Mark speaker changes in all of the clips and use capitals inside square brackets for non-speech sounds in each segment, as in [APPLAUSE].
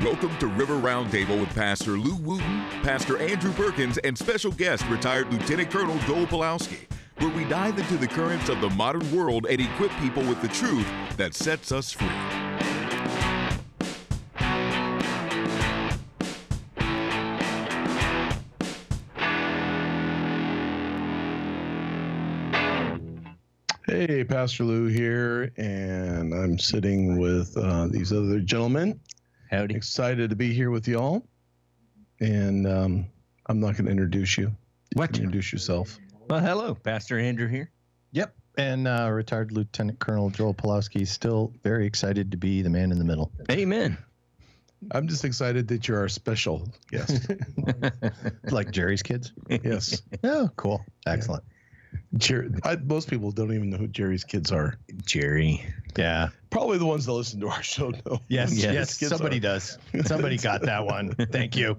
Speaker 1: Welcome to River Roundtable with Pastor Lou Wooten, Pastor Andrew Perkins, and special guest, retired Lieutenant Colonel Joel Pulowski, where we dive into the currents of the modern world and equip people with the truth that sets us free.
Speaker 2: Hey, Pastor Lou here, and I'm sitting with uh, these other gentlemen.
Speaker 3: Howdy.
Speaker 2: Excited to be here with y'all. And um, I'm not going to introduce you. You
Speaker 3: What?
Speaker 2: can Introduce yourself.
Speaker 3: Well, hello, Pastor Andrew here.
Speaker 4: Yep. And uh, retired Lieutenant Colonel Joel Pulaski is still very excited to be the man in
Speaker 2: [LAUGHS]
Speaker 4: the middle.
Speaker 3: Amen.
Speaker 2: I'm just excited that you're our special
Speaker 4: [LAUGHS]
Speaker 2: guest.
Speaker 4: like Jerry's kids.
Speaker 2: yes.
Speaker 4: Oh, cool. Excellent.
Speaker 2: Jer- I, most people don't even know who Jerry's kids are.
Speaker 3: Jerry.
Speaker 4: Yeah.
Speaker 2: Probably the ones that listen to our show know.
Speaker 4: Yes.
Speaker 2: who
Speaker 4: Yes.
Speaker 2: Jerry's kids
Speaker 4: Somebody
Speaker 2: are.
Speaker 4: does. Somebody got that one. Thank you.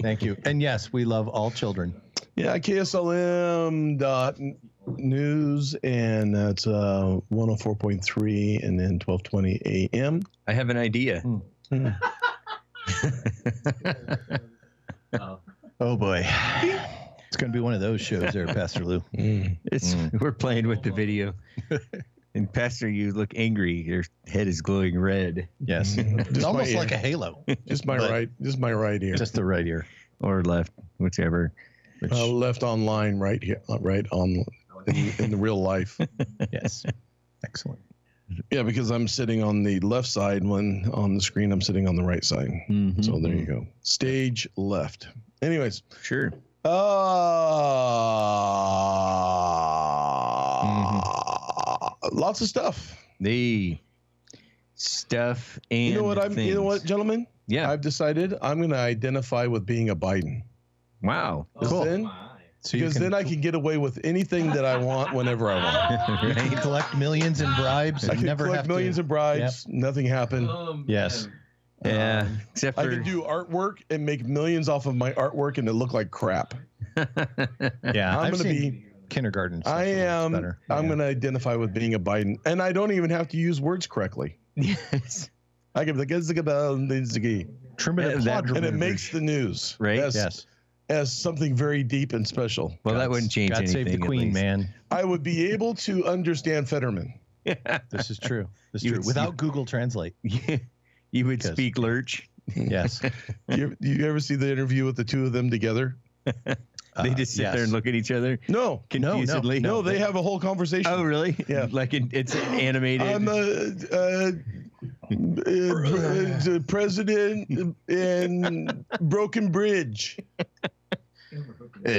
Speaker 4: Thank you. And yes, we love all children.
Speaker 2: Yeah, KSLM dot n- news, and that's uh, 104.3 and then 1220 a.m.
Speaker 3: I have an idea.
Speaker 4: Hmm. Mm-hmm. Oh, boy. It's going to be one of those shows there, Pastor Lou.
Speaker 3: It's
Speaker 4: Hmm.
Speaker 3: we're playing with the
Speaker 4: [LAUGHS]
Speaker 3: video. And Pastor, you look angry. Your head is glowing red
Speaker 4: Yes.
Speaker 2: Just
Speaker 4: It's
Speaker 2: my
Speaker 4: almost
Speaker 2: ear.
Speaker 4: like a halo,
Speaker 2: Just my
Speaker 4: But-
Speaker 2: right, just my right ear.
Speaker 4: just the right ear.
Speaker 3: [LAUGHS] or left, whichever.
Speaker 4: Which,
Speaker 2: uh, left online, right here, uh, right on in, in the real
Speaker 4: [LAUGHS]
Speaker 2: life.
Speaker 4: yes. Excellent.
Speaker 2: Yeah, because I'm sitting on the left side when on the screen I'm sitting on the right side.
Speaker 4: Mm-hmm.
Speaker 2: So there you go. Stage left. Anyways,
Speaker 3: Sure.
Speaker 2: uh,
Speaker 4: Mm-hmm.
Speaker 2: lots of stuff.
Speaker 3: The stuff and
Speaker 2: You know what I'm. You know what,
Speaker 3: things.
Speaker 2: gentlemen.
Speaker 3: Yeah.
Speaker 2: I've decided I'm going to identify with being a Biden. [LAUGHS]
Speaker 3: wow.
Speaker 2: 'Cause
Speaker 4: Cool.
Speaker 2: Then,
Speaker 4: So you
Speaker 2: because
Speaker 4: can,
Speaker 2: then I can get away with anything that I want whenever I want.
Speaker 4: [LAUGHS]
Speaker 3: Right?
Speaker 4: you can collect millions in bribes
Speaker 2: I
Speaker 4: and
Speaker 2: can
Speaker 4: never
Speaker 2: collect
Speaker 4: have
Speaker 2: millions
Speaker 4: to.
Speaker 2: of bribes. Nothing happened.
Speaker 4: yes.
Speaker 3: Yeah.
Speaker 4: Um,
Speaker 3: Except
Speaker 2: I
Speaker 3: for
Speaker 2: can do artwork and make millions off of my artwork and it look like crap.
Speaker 4: Yeah.
Speaker 2: I'm
Speaker 4: I've
Speaker 2: gonna
Speaker 4: seen
Speaker 2: be. I
Speaker 4: kindergarten. stuff that's
Speaker 2: am.
Speaker 4: better.
Speaker 2: I'm
Speaker 4: Yeah.
Speaker 2: going to identify with being a Biden, and I don't even have to use words correctly.
Speaker 3: [LAUGHS] yes.
Speaker 2: I can be like, "Zigga-bell-ziggy,"
Speaker 4: trim it
Speaker 3: Yeah,
Speaker 4: a
Speaker 3: that-
Speaker 4: quadruple.
Speaker 2: and it makes the news
Speaker 3: Right?
Speaker 2: as,
Speaker 4: yes.
Speaker 2: as something very deep and special.
Speaker 3: Well, that
Speaker 4: God-
Speaker 3: wouldn't change
Speaker 4: God
Speaker 3: anything.
Speaker 4: save the
Speaker 3: at
Speaker 4: queen,
Speaker 3: least. [LAUGHS]
Speaker 4: man.
Speaker 2: I would be able to understand Fetterman.
Speaker 4: This is true. This
Speaker 3: You
Speaker 4: is true.
Speaker 3: would-
Speaker 4: Without Google Translate.
Speaker 3: you would
Speaker 4: Because-
Speaker 3: speak lurch.
Speaker 4: [LAUGHS] Yes.
Speaker 2: You, you ever see the interview with the two of them together?
Speaker 3: They
Speaker 4: Uh,
Speaker 3: just sit
Speaker 4: yes.
Speaker 3: there and look at each other
Speaker 2: No,
Speaker 4: no,
Speaker 3: confusedly.
Speaker 2: no,
Speaker 4: No,
Speaker 2: they,
Speaker 4: they-
Speaker 2: have a whole conversation. [LAUGHS]
Speaker 3: Oh, really?
Speaker 2: Yeah.
Speaker 3: like in, it's animated.
Speaker 2: I'm a, uh, uh, president in Broken Bridge,
Speaker 3: Uh,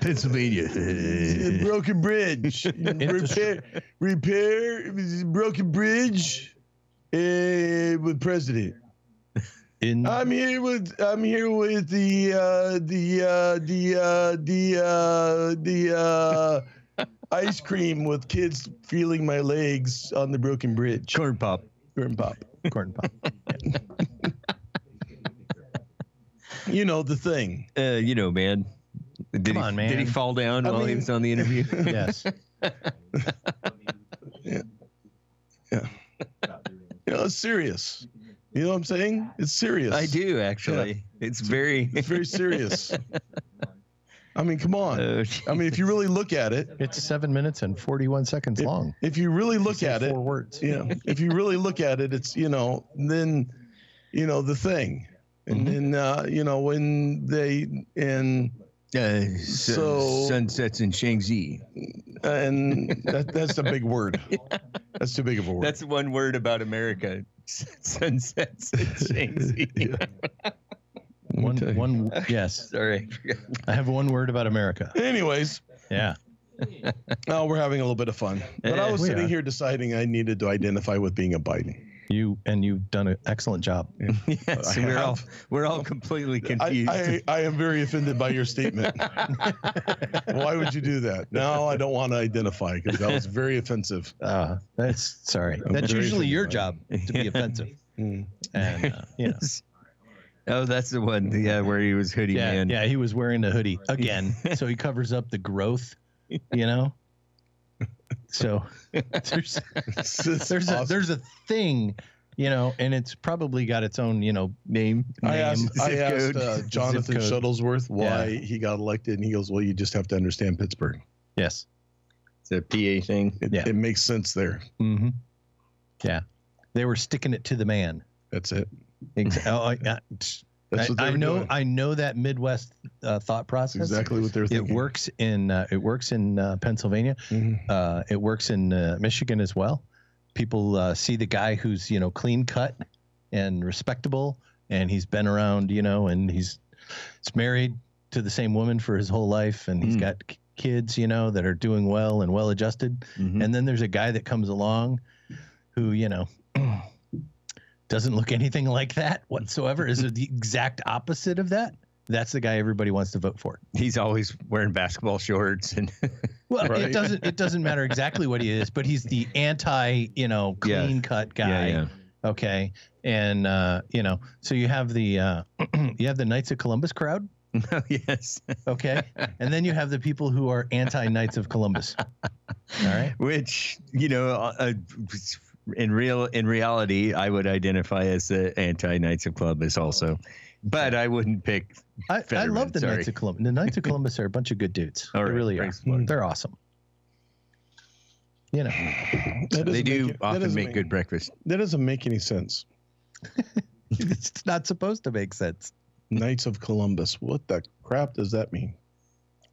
Speaker 4: Pennsylvania.
Speaker 2: Broken Bridge, repair, repair Broken Bridge uh, with president.
Speaker 4: In
Speaker 2: I'm here with I'm here with the uh, the uh, the uh, the uh, the uh, ice cream with kids feeling my legs on the broken bridge.
Speaker 3: corn pop.
Speaker 2: Corn pop.
Speaker 4: corn pop.
Speaker 2: You know the thing.
Speaker 3: Uh, you know, man. Did
Speaker 4: Come
Speaker 3: he,
Speaker 4: on,
Speaker 3: Did he
Speaker 4: man.
Speaker 3: fall down
Speaker 2: I
Speaker 3: while he
Speaker 2: mean-
Speaker 3: was on the
Speaker 2: [LAUGHS]
Speaker 3: interview?
Speaker 4: [LAUGHS] Yes.
Speaker 2: You know, it's serious. You know what I'm saying? It's serious.
Speaker 3: I do actually. It's very.
Speaker 2: It's very serious. I mean, come on.
Speaker 3: [LAUGHS] Uh,
Speaker 2: I mean, if you really look at it,
Speaker 4: It's seven minutes and 41 seconds
Speaker 2: It-
Speaker 4: long.
Speaker 2: if you really look
Speaker 4: Say
Speaker 2: at
Speaker 4: four
Speaker 2: it,
Speaker 4: words.
Speaker 2: you know, if you really look at it, it's you know, then you know the thing, and
Speaker 4: Mm-hmm.
Speaker 2: then uh, you know when they and
Speaker 3: uh,
Speaker 2: So-
Speaker 3: sunsets in Shangzi.
Speaker 2: and that, that's a big word. That's too big of a word.
Speaker 3: That's one word about America. [LAUGHS] sunsets
Speaker 2: [LAUGHS]
Speaker 3: in
Speaker 4: [LAUGHS]
Speaker 3: Shangzi.
Speaker 4: One,
Speaker 2: Okay.
Speaker 4: one, yes.
Speaker 3: Sorry. [LAUGHS]
Speaker 4: I have one word about America.
Speaker 2: Anyways,
Speaker 4: Yeah.
Speaker 2: now we're having a little bit of fun. But I
Speaker 3: Yeah,
Speaker 2: was
Speaker 4: we
Speaker 2: sitting
Speaker 4: are.
Speaker 2: here deciding I needed to identify with being a Biden.
Speaker 4: You and you've done an excellent job.
Speaker 3: Yes,
Speaker 2: I
Speaker 3: we're all
Speaker 2: have-
Speaker 3: we're all completely
Speaker 2: I,
Speaker 3: confused.
Speaker 2: I, I am very offended by your
Speaker 4: [LAUGHS]
Speaker 2: statement. Why would you do that? No, I don't want to identify because that was very offensive.
Speaker 4: Uh, that's sorry.
Speaker 2: I'm
Speaker 4: That's
Speaker 2: very
Speaker 4: usually your job
Speaker 2: offended
Speaker 3: [LAUGHS]
Speaker 4: to be offensive.
Speaker 2: Mm.
Speaker 4: And, uh, you know.
Speaker 3: Oh, that's the one. Yeah, where he was hoodie
Speaker 4: yeah,
Speaker 3: man.
Speaker 4: Yeah, he was wearing the hoodie again, so he covers up the growth, you
Speaker 2: [LAUGHS]
Speaker 4: know. So there's
Speaker 2: This is
Speaker 4: there's
Speaker 2: [LAUGHS]
Speaker 4: a
Speaker 2: awesome.
Speaker 4: there's a thing you know, and it's probably got its own, you know,
Speaker 3: Name.
Speaker 2: I
Speaker 4: name.
Speaker 2: asked, I
Speaker 3: zip
Speaker 2: asked
Speaker 3: code.
Speaker 2: uh,
Speaker 4: Zip
Speaker 2: Jonathan
Speaker 4: code.
Speaker 2: Shuttlesworth why he got elected, and he goes, "Well, you just have to understand Pittsburgh.
Speaker 4: yes.
Speaker 3: It's a PA thing.
Speaker 2: It,
Speaker 4: Yeah.
Speaker 2: it makes sense there.
Speaker 4: Mm-hmm. Yeah. They were sticking it to the man.
Speaker 2: That's it. [LAUGHS]
Speaker 4: Ex- oh, I, I-
Speaker 2: That's
Speaker 4: I-
Speaker 2: what they
Speaker 4: I
Speaker 2: were
Speaker 4: know.
Speaker 2: doing.
Speaker 4: I know that Midwest uh, thought
Speaker 2: That's
Speaker 4: process.
Speaker 2: exactly what they're
Speaker 4: It
Speaker 2: thinking.
Speaker 4: works in uh, it works in uh, Pennsylvania. [SIGHS]
Speaker 2: Mhm.
Speaker 4: Uh, it works in uh, Michigan as well. People uh, see the guy who's you know clean cut and respectable, and he's been around, you know, and he's he's married to the same woman for his whole life, and he's
Speaker 3: Mm.
Speaker 4: got k- kids, you know, that are doing well and well adjusted.
Speaker 3: Mhm.
Speaker 4: And then there's a guy that comes along, who you know. [CLEARS THROAT] Doesn't look anything like that whatsoever. Is it the exact opposite of that? That's the guy everybody wants to vote for.
Speaker 3: He's always wearing basketball shorts
Speaker 4: [LAUGHS]
Speaker 3: and
Speaker 4: Well,
Speaker 2: Right.
Speaker 4: it doesn't it doesn't matter exactly what he is, but he's the anti, you know,
Speaker 3: Yeah.
Speaker 4: clean cut
Speaker 3: [LAUGHS]
Speaker 4: guy.
Speaker 3: Yeah, yeah.
Speaker 4: Okay. And uh, you know, so you have the uh [CLEARS THROAT] you have the Knights of Columbus crowd,
Speaker 3: Oh, yes.
Speaker 4: okay? and then you have the people who are anti Knights of Columbus. All right.
Speaker 3: Which you know, uh, in real in reality, I would identify as the anti Knights of Columbus also, but I wouldn't pick.
Speaker 4: I, I
Speaker 3: Fetterman,
Speaker 4: love the
Speaker 3: sorry.
Speaker 4: Knights of Columbus. The Knights of Columbus are a bunch of good dudes.
Speaker 3: All
Speaker 4: they
Speaker 3: right,
Speaker 4: really are.
Speaker 3: praise
Speaker 2: the Lord.
Speaker 4: They're awesome. [LAUGHS] You know.
Speaker 2: That doesn't
Speaker 3: They
Speaker 2: make
Speaker 3: do
Speaker 2: it- that
Speaker 3: often
Speaker 2: doesn't
Speaker 3: make good breakfast.
Speaker 2: That doesn't make any sense.
Speaker 4: it's not supposed to make sense.
Speaker 2: Knights of Columbus. What the crap does that mean?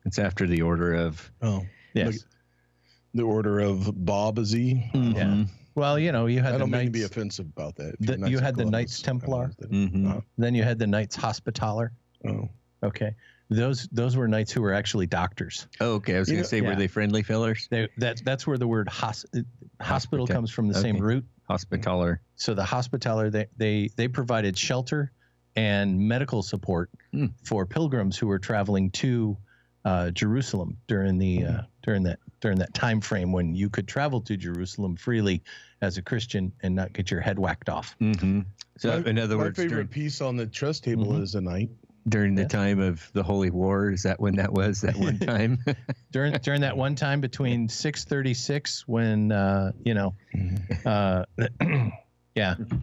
Speaker 3: It's after the order of
Speaker 2: Oh,
Speaker 4: Yes.
Speaker 2: the order of Bob is he?
Speaker 3: Mhm.
Speaker 4: Well, you know, you
Speaker 2: I
Speaker 4: had Mm-hmm. the
Speaker 2: don't mean to be
Speaker 4: Knights,
Speaker 2: offensive about that.
Speaker 4: The-
Speaker 2: Knights
Speaker 4: you
Speaker 2: of
Speaker 4: had the
Speaker 2: Columbus,
Speaker 4: Knights
Speaker 2: I don't know
Speaker 4: Templar?
Speaker 2: what
Speaker 3: Mhm.
Speaker 2: Uh,
Speaker 4: then you had the Knights Hospitaller.
Speaker 2: that- Oh,
Speaker 4: Okay. Those those were knights who were actually doctors.
Speaker 3: Oh, okay. I was
Speaker 2: You
Speaker 3: going
Speaker 2: know-
Speaker 3: to say, were
Speaker 4: yeah.
Speaker 3: they friendly fillers?
Speaker 4: They, that that's where the word hos, uh, hospital
Speaker 3: Hospita-
Speaker 4: comes from the same
Speaker 3: okay.
Speaker 4: root.
Speaker 3: Hospitaller.
Speaker 4: So the hospitaller they they they provided shelter and medical support
Speaker 3: Hmm.
Speaker 4: for pilgrims who were traveling to uh, Jerusalem during the uh,
Speaker 3: Hmm.
Speaker 4: during that during that time frame when you could travel to Jerusalem freely as a Christian and not get your head whacked off.
Speaker 3: hmm So,
Speaker 2: My-
Speaker 3: in other
Speaker 2: my
Speaker 3: words,
Speaker 2: favorite
Speaker 3: during,
Speaker 2: piece on the trust table
Speaker 4: Mhm.
Speaker 2: is a knight.
Speaker 3: during the
Speaker 4: Yeah.
Speaker 3: time of the Holy War, is that when that was? That
Speaker 4: [LAUGHS]
Speaker 3: one time? [LAUGHS]
Speaker 4: during during that one time between 636 when uh you know
Speaker 3: [LAUGHS]
Speaker 4: uh [CLEARS THROAT] yeah the,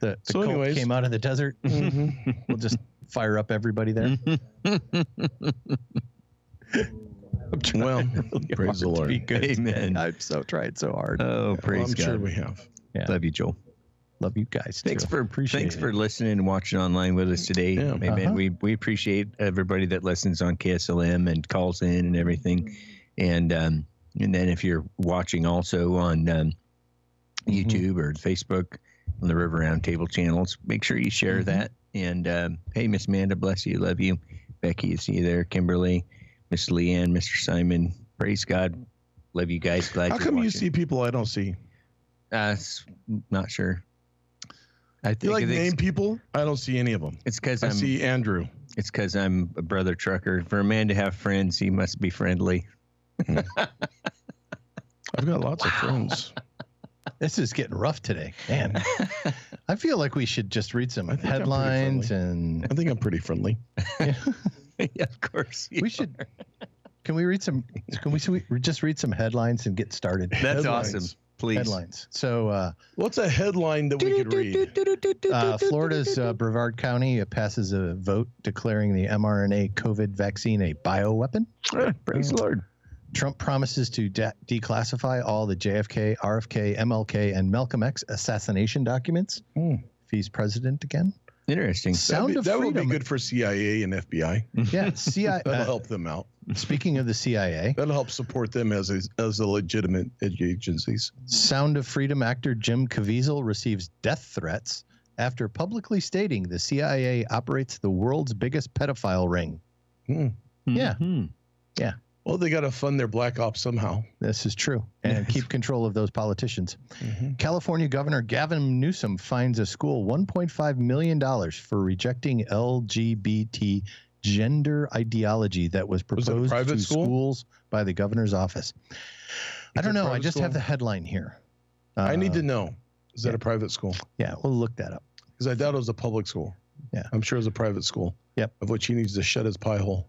Speaker 4: the
Speaker 2: So
Speaker 4: cult
Speaker 2: anyways. Mm-hmm.
Speaker 4: came out of the desert
Speaker 2: [LAUGHS]
Speaker 4: we'll just fire up everybody
Speaker 3: Mm-hmm.
Speaker 4: there
Speaker 3: [LAUGHS]
Speaker 4: I'm
Speaker 2: [LAUGHS]
Speaker 4: trying
Speaker 2: Well,
Speaker 4: really
Speaker 2: praise the
Speaker 4: hard to
Speaker 2: Lord.
Speaker 4: be good
Speaker 3: Amen.
Speaker 4: today. i'm so trying so hard
Speaker 3: oh, praise
Speaker 2: I'm
Speaker 3: God.
Speaker 2: sure we have.
Speaker 3: Love you, Joel.
Speaker 4: love you guys too.
Speaker 3: Thanks for
Speaker 4: Appreciate
Speaker 3: thanks
Speaker 4: it.
Speaker 3: for listening and watching online with us today.
Speaker 2: Yeah.
Speaker 3: Amen.
Speaker 4: Uh-huh.
Speaker 3: We we appreciate everybody that listens on KSLM and calls in and everything. And um and then if you're watching also on um,
Speaker 2: Mm-hmm.
Speaker 4: Mhm.
Speaker 3: YouTube or Facebook on the River Roundtable channels, make sure you share
Speaker 2: Mm-hmm.
Speaker 4: Mhm.
Speaker 3: that. And um, hey, Miss Amanda, bless you, love you. Becky, see you there. Kimberly, Miss Leanne, Mr. Simon, praise God, love you guys. Glad
Speaker 2: How
Speaker 3: you're
Speaker 2: come you
Speaker 3: watching.
Speaker 2: see people I don't see?
Speaker 3: Uh, s- not sure. I think
Speaker 2: You like
Speaker 3: it's-
Speaker 2: name people? I don't see any of them.
Speaker 3: It's because
Speaker 2: I
Speaker 3: I'm.
Speaker 2: see Andrew.
Speaker 3: It's because I'm a brother trucker. For a man to have friends, he must be friendly. [LAUGHS]
Speaker 2: I've got lots of friends.
Speaker 4: this is getting rough today man i feel like we should just read some
Speaker 2: I think I'm pretty
Speaker 4: headlines and
Speaker 2: [LAUGHS] I think I'm pretty friendly.
Speaker 3: yeah, of course. you
Speaker 4: we should can we read some can we should we just read some headlines and get started
Speaker 3: That's
Speaker 2: Headlines.
Speaker 3: awesome. Please.
Speaker 4: headlines so uh
Speaker 2: What's a headline that we could read?
Speaker 4: Uh, Florida's uh, Brevard County uh, passes a vote declaring the mRNA COVID vaccine a bioweapon.
Speaker 3: Ah, Praise the Lord.
Speaker 4: Trump promises to de- declassify all the JFK, RFK, MLK, and Malcolm X assassination documents
Speaker 2: Hmm.
Speaker 4: if he's president
Speaker 2: [LAUGHS]
Speaker 4: again.
Speaker 3: Interesting.
Speaker 4: Sound
Speaker 2: That'd be-
Speaker 4: of
Speaker 2: that would be
Speaker 4: Freedom.
Speaker 2: good for CIA and FBI.
Speaker 4: Yeah, CIA.
Speaker 2: That'll
Speaker 4: uh,
Speaker 2: help them out.
Speaker 4: speaking of the CIA,
Speaker 2: That'll help support them as a, as a legitimate agencies.
Speaker 4: Sound of Freedom actor Jim Caviezel receives death threats after publicly stating the CIA operates the world's biggest pedophile ring. Yeah.
Speaker 3: Mhm.
Speaker 2: Well, they got to fund their black ops somehow.
Speaker 4: This is true. And
Speaker 3: Yes.
Speaker 4: keep control of those politicians.
Speaker 2: Mhm.
Speaker 4: California Governor Gavin Newsom fines a school $1.5 million for rejecting LGBT gender ideology that was
Speaker 2: Was it a
Speaker 4: proposed
Speaker 2: private
Speaker 4: to
Speaker 2: school?
Speaker 4: schools by the governor's office. I
Speaker 2: Is it
Speaker 4: don't
Speaker 2: a
Speaker 4: know. I
Speaker 2: private
Speaker 4: just
Speaker 2: school?
Speaker 4: have the headline here.
Speaker 2: I need
Speaker 4: Uh,
Speaker 2: to know. Is that
Speaker 4: yeah.
Speaker 2: a private school?
Speaker 4: Yeah, we'll look that up.
Speaker 2: Because I doubt it was a public school.
Speaker 4: Yeah.
Speaker 2: I'm sure it was a private school.
Speaker 4: Yep.
Speaker 2: Of which he needs to shut his pie hole.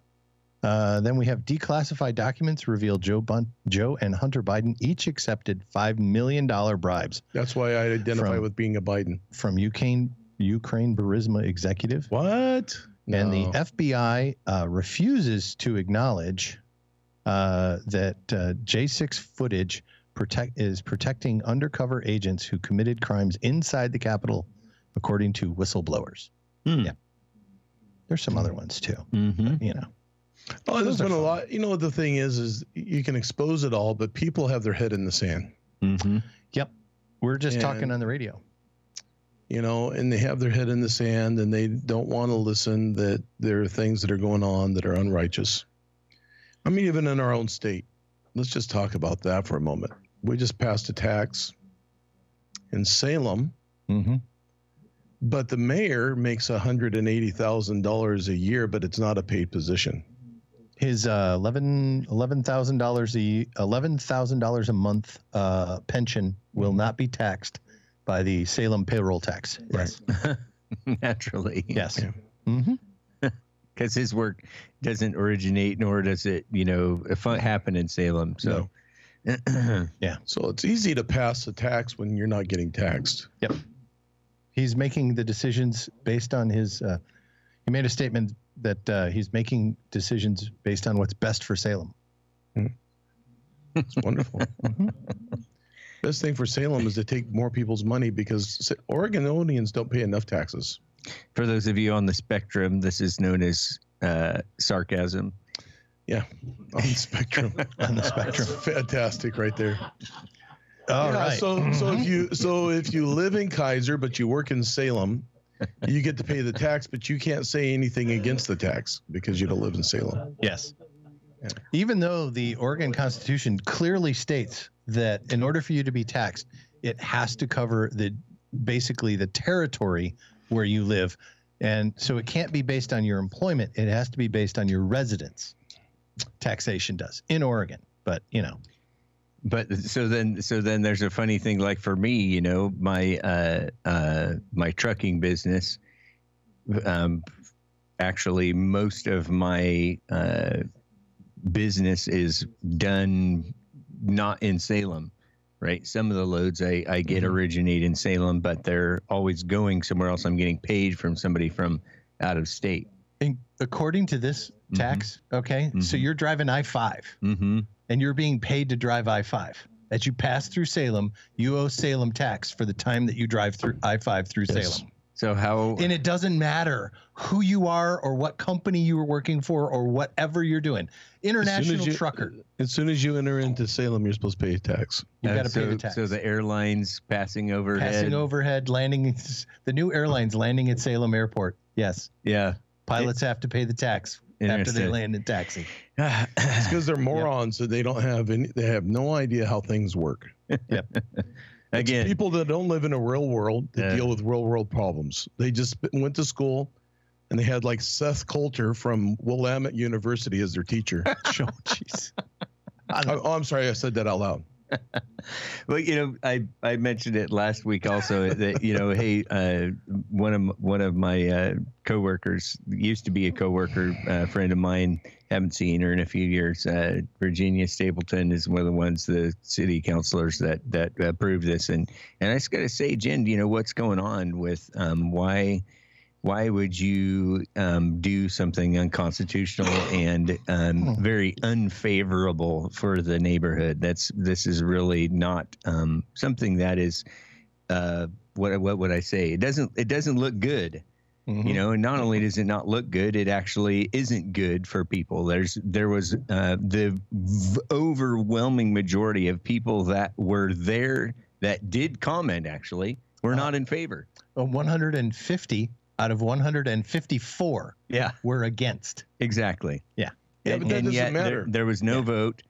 Speaker 4: Uh, then we have declassified documents reveal Joe Bun- Joe and Hunter Biden each accepted five million dollar bribes
Speaker 2: That's why I identify
Speaker 4: From-
Speaker 2: with being a Biden.
Speaker 4: from Ukraine Ukraine Burisma executive,
Speaker 2: What?
Speaker 4: and the
Speaker 2: No.
Speaker 4: FBI uh, refuses to acknowledge uh, that uh, J6 footage protect is protecting undercover agents who committed crimes inside the Capitol, according to whistleblowers.
Speaker 3: Hmm.
Speaker 4: Yeah, there's some
Speaker 2: Hmm.
Speaker 4: other ones too.
Speaker 3: Mm-hmm.
Speaker 4: You know,
Speaker 2: Oh, there's
Speaker 4: Those are
Speaker 2: been a
Speaker 4: fun.
Speaker 2: lot. You know what the thing is is you can expose it all, but people have their head in the sand.
Speaker 3: Mm-hmm.
Speaker 4: we're just talking
Speaker 2: And-
Speaker 4: on the radio.
Speaker 2: You know, and they have their head in the sand and they don't want to listen that there are things that are going on that are unrighteous. I mean, even in our own state. Let's just talk about that for a moment. We just passed a tax in Salem,
Speaker 4: Mm-hmm.
Speaker 2: but the mayor makes $180,000 a year, but it's not a paid position.
Speaker 4: His uh, eleven eleven thousand dollars a eleven thousand dollars a month uh, pension will
Speaker 2: Hmm.
Speaker 4: not be taxed by the Salem payroll tax.
Speaker 2: Right.
Speaker 3: [LAUGHS] Naturally.
Speaker 4: Yes.
Speaker 2: Yeah.
Speaker 4: Mm-hmm.
Speaker 3: Because his work doesn't originate, nor does it, you know, if it happen in Salem. So.
Speaker 2: So it's easy to pass a tax when you're not getting taxed.
Speaker 4: he's making the decisions based on his. Uh, he made a statement that uh, he's making decisions based on what's best for Salem.
Speaker 2: It's
Speaker 4: [LAUGHS]
Speaker 2: wonderful.
Speaker 4: Mm-hmm.
Speaker 2: Best thing for Salem is to take more people's money because Sa- Oregonians don't pay enough taxes.
Speaker 3: [CLEARS THROAT] For those of you on the spectrum, this is known as uh, sarcasm.
Speaker 2: On the spectrum,
Speaker 4: [LAUGHS] On the spectrum.
Speaker 2: That's fantastic, right there.
Speaker 4: All right.
Speaker 2: Yeah, So, so if you so if you live in Kaiser but you work in Salem, you get to pay the tax, but you can't say anything against the tax because you don't live in Salem.
Speaker 4: yes.
Speaker 2: Yeah.
Speaker 4: Even though the Oregon Constitution clearly states that in order for you to be taxed, it has to cover the basically the territory where you live, and so it can't be based on your employment. It has to be based on your residence. Taxation does in Oregon, but you know.
Speaker 3: but so then so then there's a funny thing like for me you know my uh uh my trucking business um actually most of my uh business is done not in salem right some of the loads i i get
Speaker 4: Mm-hmm.
Speaker 3: originate in salem but they're always going somewhere else i'm getting paid from somebody from out of state
Speaker 4: In, according to this
Speaker 3: Mhm.
Speaker 4: tax, okay, so
Speaker 3: Mhm.
Speaker 4: you're driving I 5
Speaker 3: mm-hmm
Speaker 4: and you're being paid to drive I 5. As you pass through Salem, you owe Salem tax for the time that you drive through I 5 through
Speaker 2: Yes.
Speaker 4: Salem.
Speaker 3: so how
Speaker 4: And it doesn't matter who you are or what company you were working for or whatever you're doing. International
Speaker 2: you-
Speaker 4: trucker,
Speaker 2: As soon as you enter into Salem, you're supposed to pay a tax.
Speaker 4: you
Speaker 3: uh,
Speaker 4: got to
Speaker 3: so,
Speaker 4: pay the tax.
Speaker 3: so the airlines passing overhead
Speaker 4: Passing overhead, landing, the new airlines landing at Salem Airport. Yes.
Speaker 3: yeah
Speaker 4: Pilots have to pay the tax after they
Speaker 3: Interesting.
Speaker 4: land in taxi.
Speaker 2: It's because [LAUGHS] they're morons that they don't have any. They have no idea how things [LAUGHS] work. It's
Speaker 3: Again,
Speaker 2: people that don't live in a real world that
Speaker 3: Yeah.
Speaker 2: deal with real world problems. They just went to school, and they had like Seth Coulter from Willamette University as their [LAUGHS] teacher.
Speaker 4: oh, jeez.
Speaker 2: I, oh, I'm sorry, I said that out loud.
Speaker 3: well, you know, I, I mentioned it last week also that you know, hey, uh, one of m- one of my uh, coworkers used to be a coworker, uh, friend of mine. Haven't seen her in a few years. Uh, Virginia Stapleton is one of the ones, the city councilors that that approved this, and and I just got to say, Jen, you know what's going on with um, why why would you um, do something unconstitutional and um, very unfavorable for the neighborhood? That's this is really not um, something that is uh, what what would I say? It doesn't it doesn't look good,
Speaker 4: Mm-hmm.
Speaker 3: you know. And not only does it not look good, it actually isn't good for people. There's there was uh, the v- overwhelming majority of people that were there that did comment actually were not in favor.
Speaker 4: Uh, 150 out of 154
Speaker 3: Yeah.
Speaker 4: were against.
Speaker 3: Exactly.
Speaker 4: Yeah.
Speaker 2: Yeah, but that doesn't
Speaker 3: yet there-
Speaker 2: matter.
Speaker 3: There, was no
Speaker 4: Yeah.
Speaker 3: vote,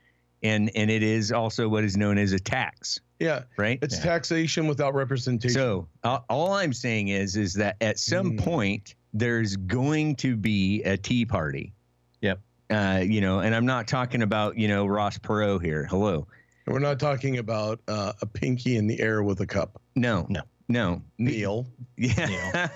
Speaker 3: and and it is also what is known as a tax,
Speaker 2: Yeah,
Speaker 3: right?
Speaker 2: it's
Speaker 4: Yeah.
Speaker 2: taxation without representation.
Speaker 3: So uh, all I'm saying is is that at some
Speaker 2: Mm.
Speaker 3: point there's going to be a tea party.
Speaker 4: Yep.
Speaker 3: Uh, you know, and I'm not talking about you know Ross Perot here. Hello.
Speaker 2: And We're not talking about uh, a pinky in the air with a cup.
Speaker 3: No.
Speaker 4: No.
Speaker 3: No.
Speaker 2: Neil,
Speaker 3: [LAUGHS] Yeah.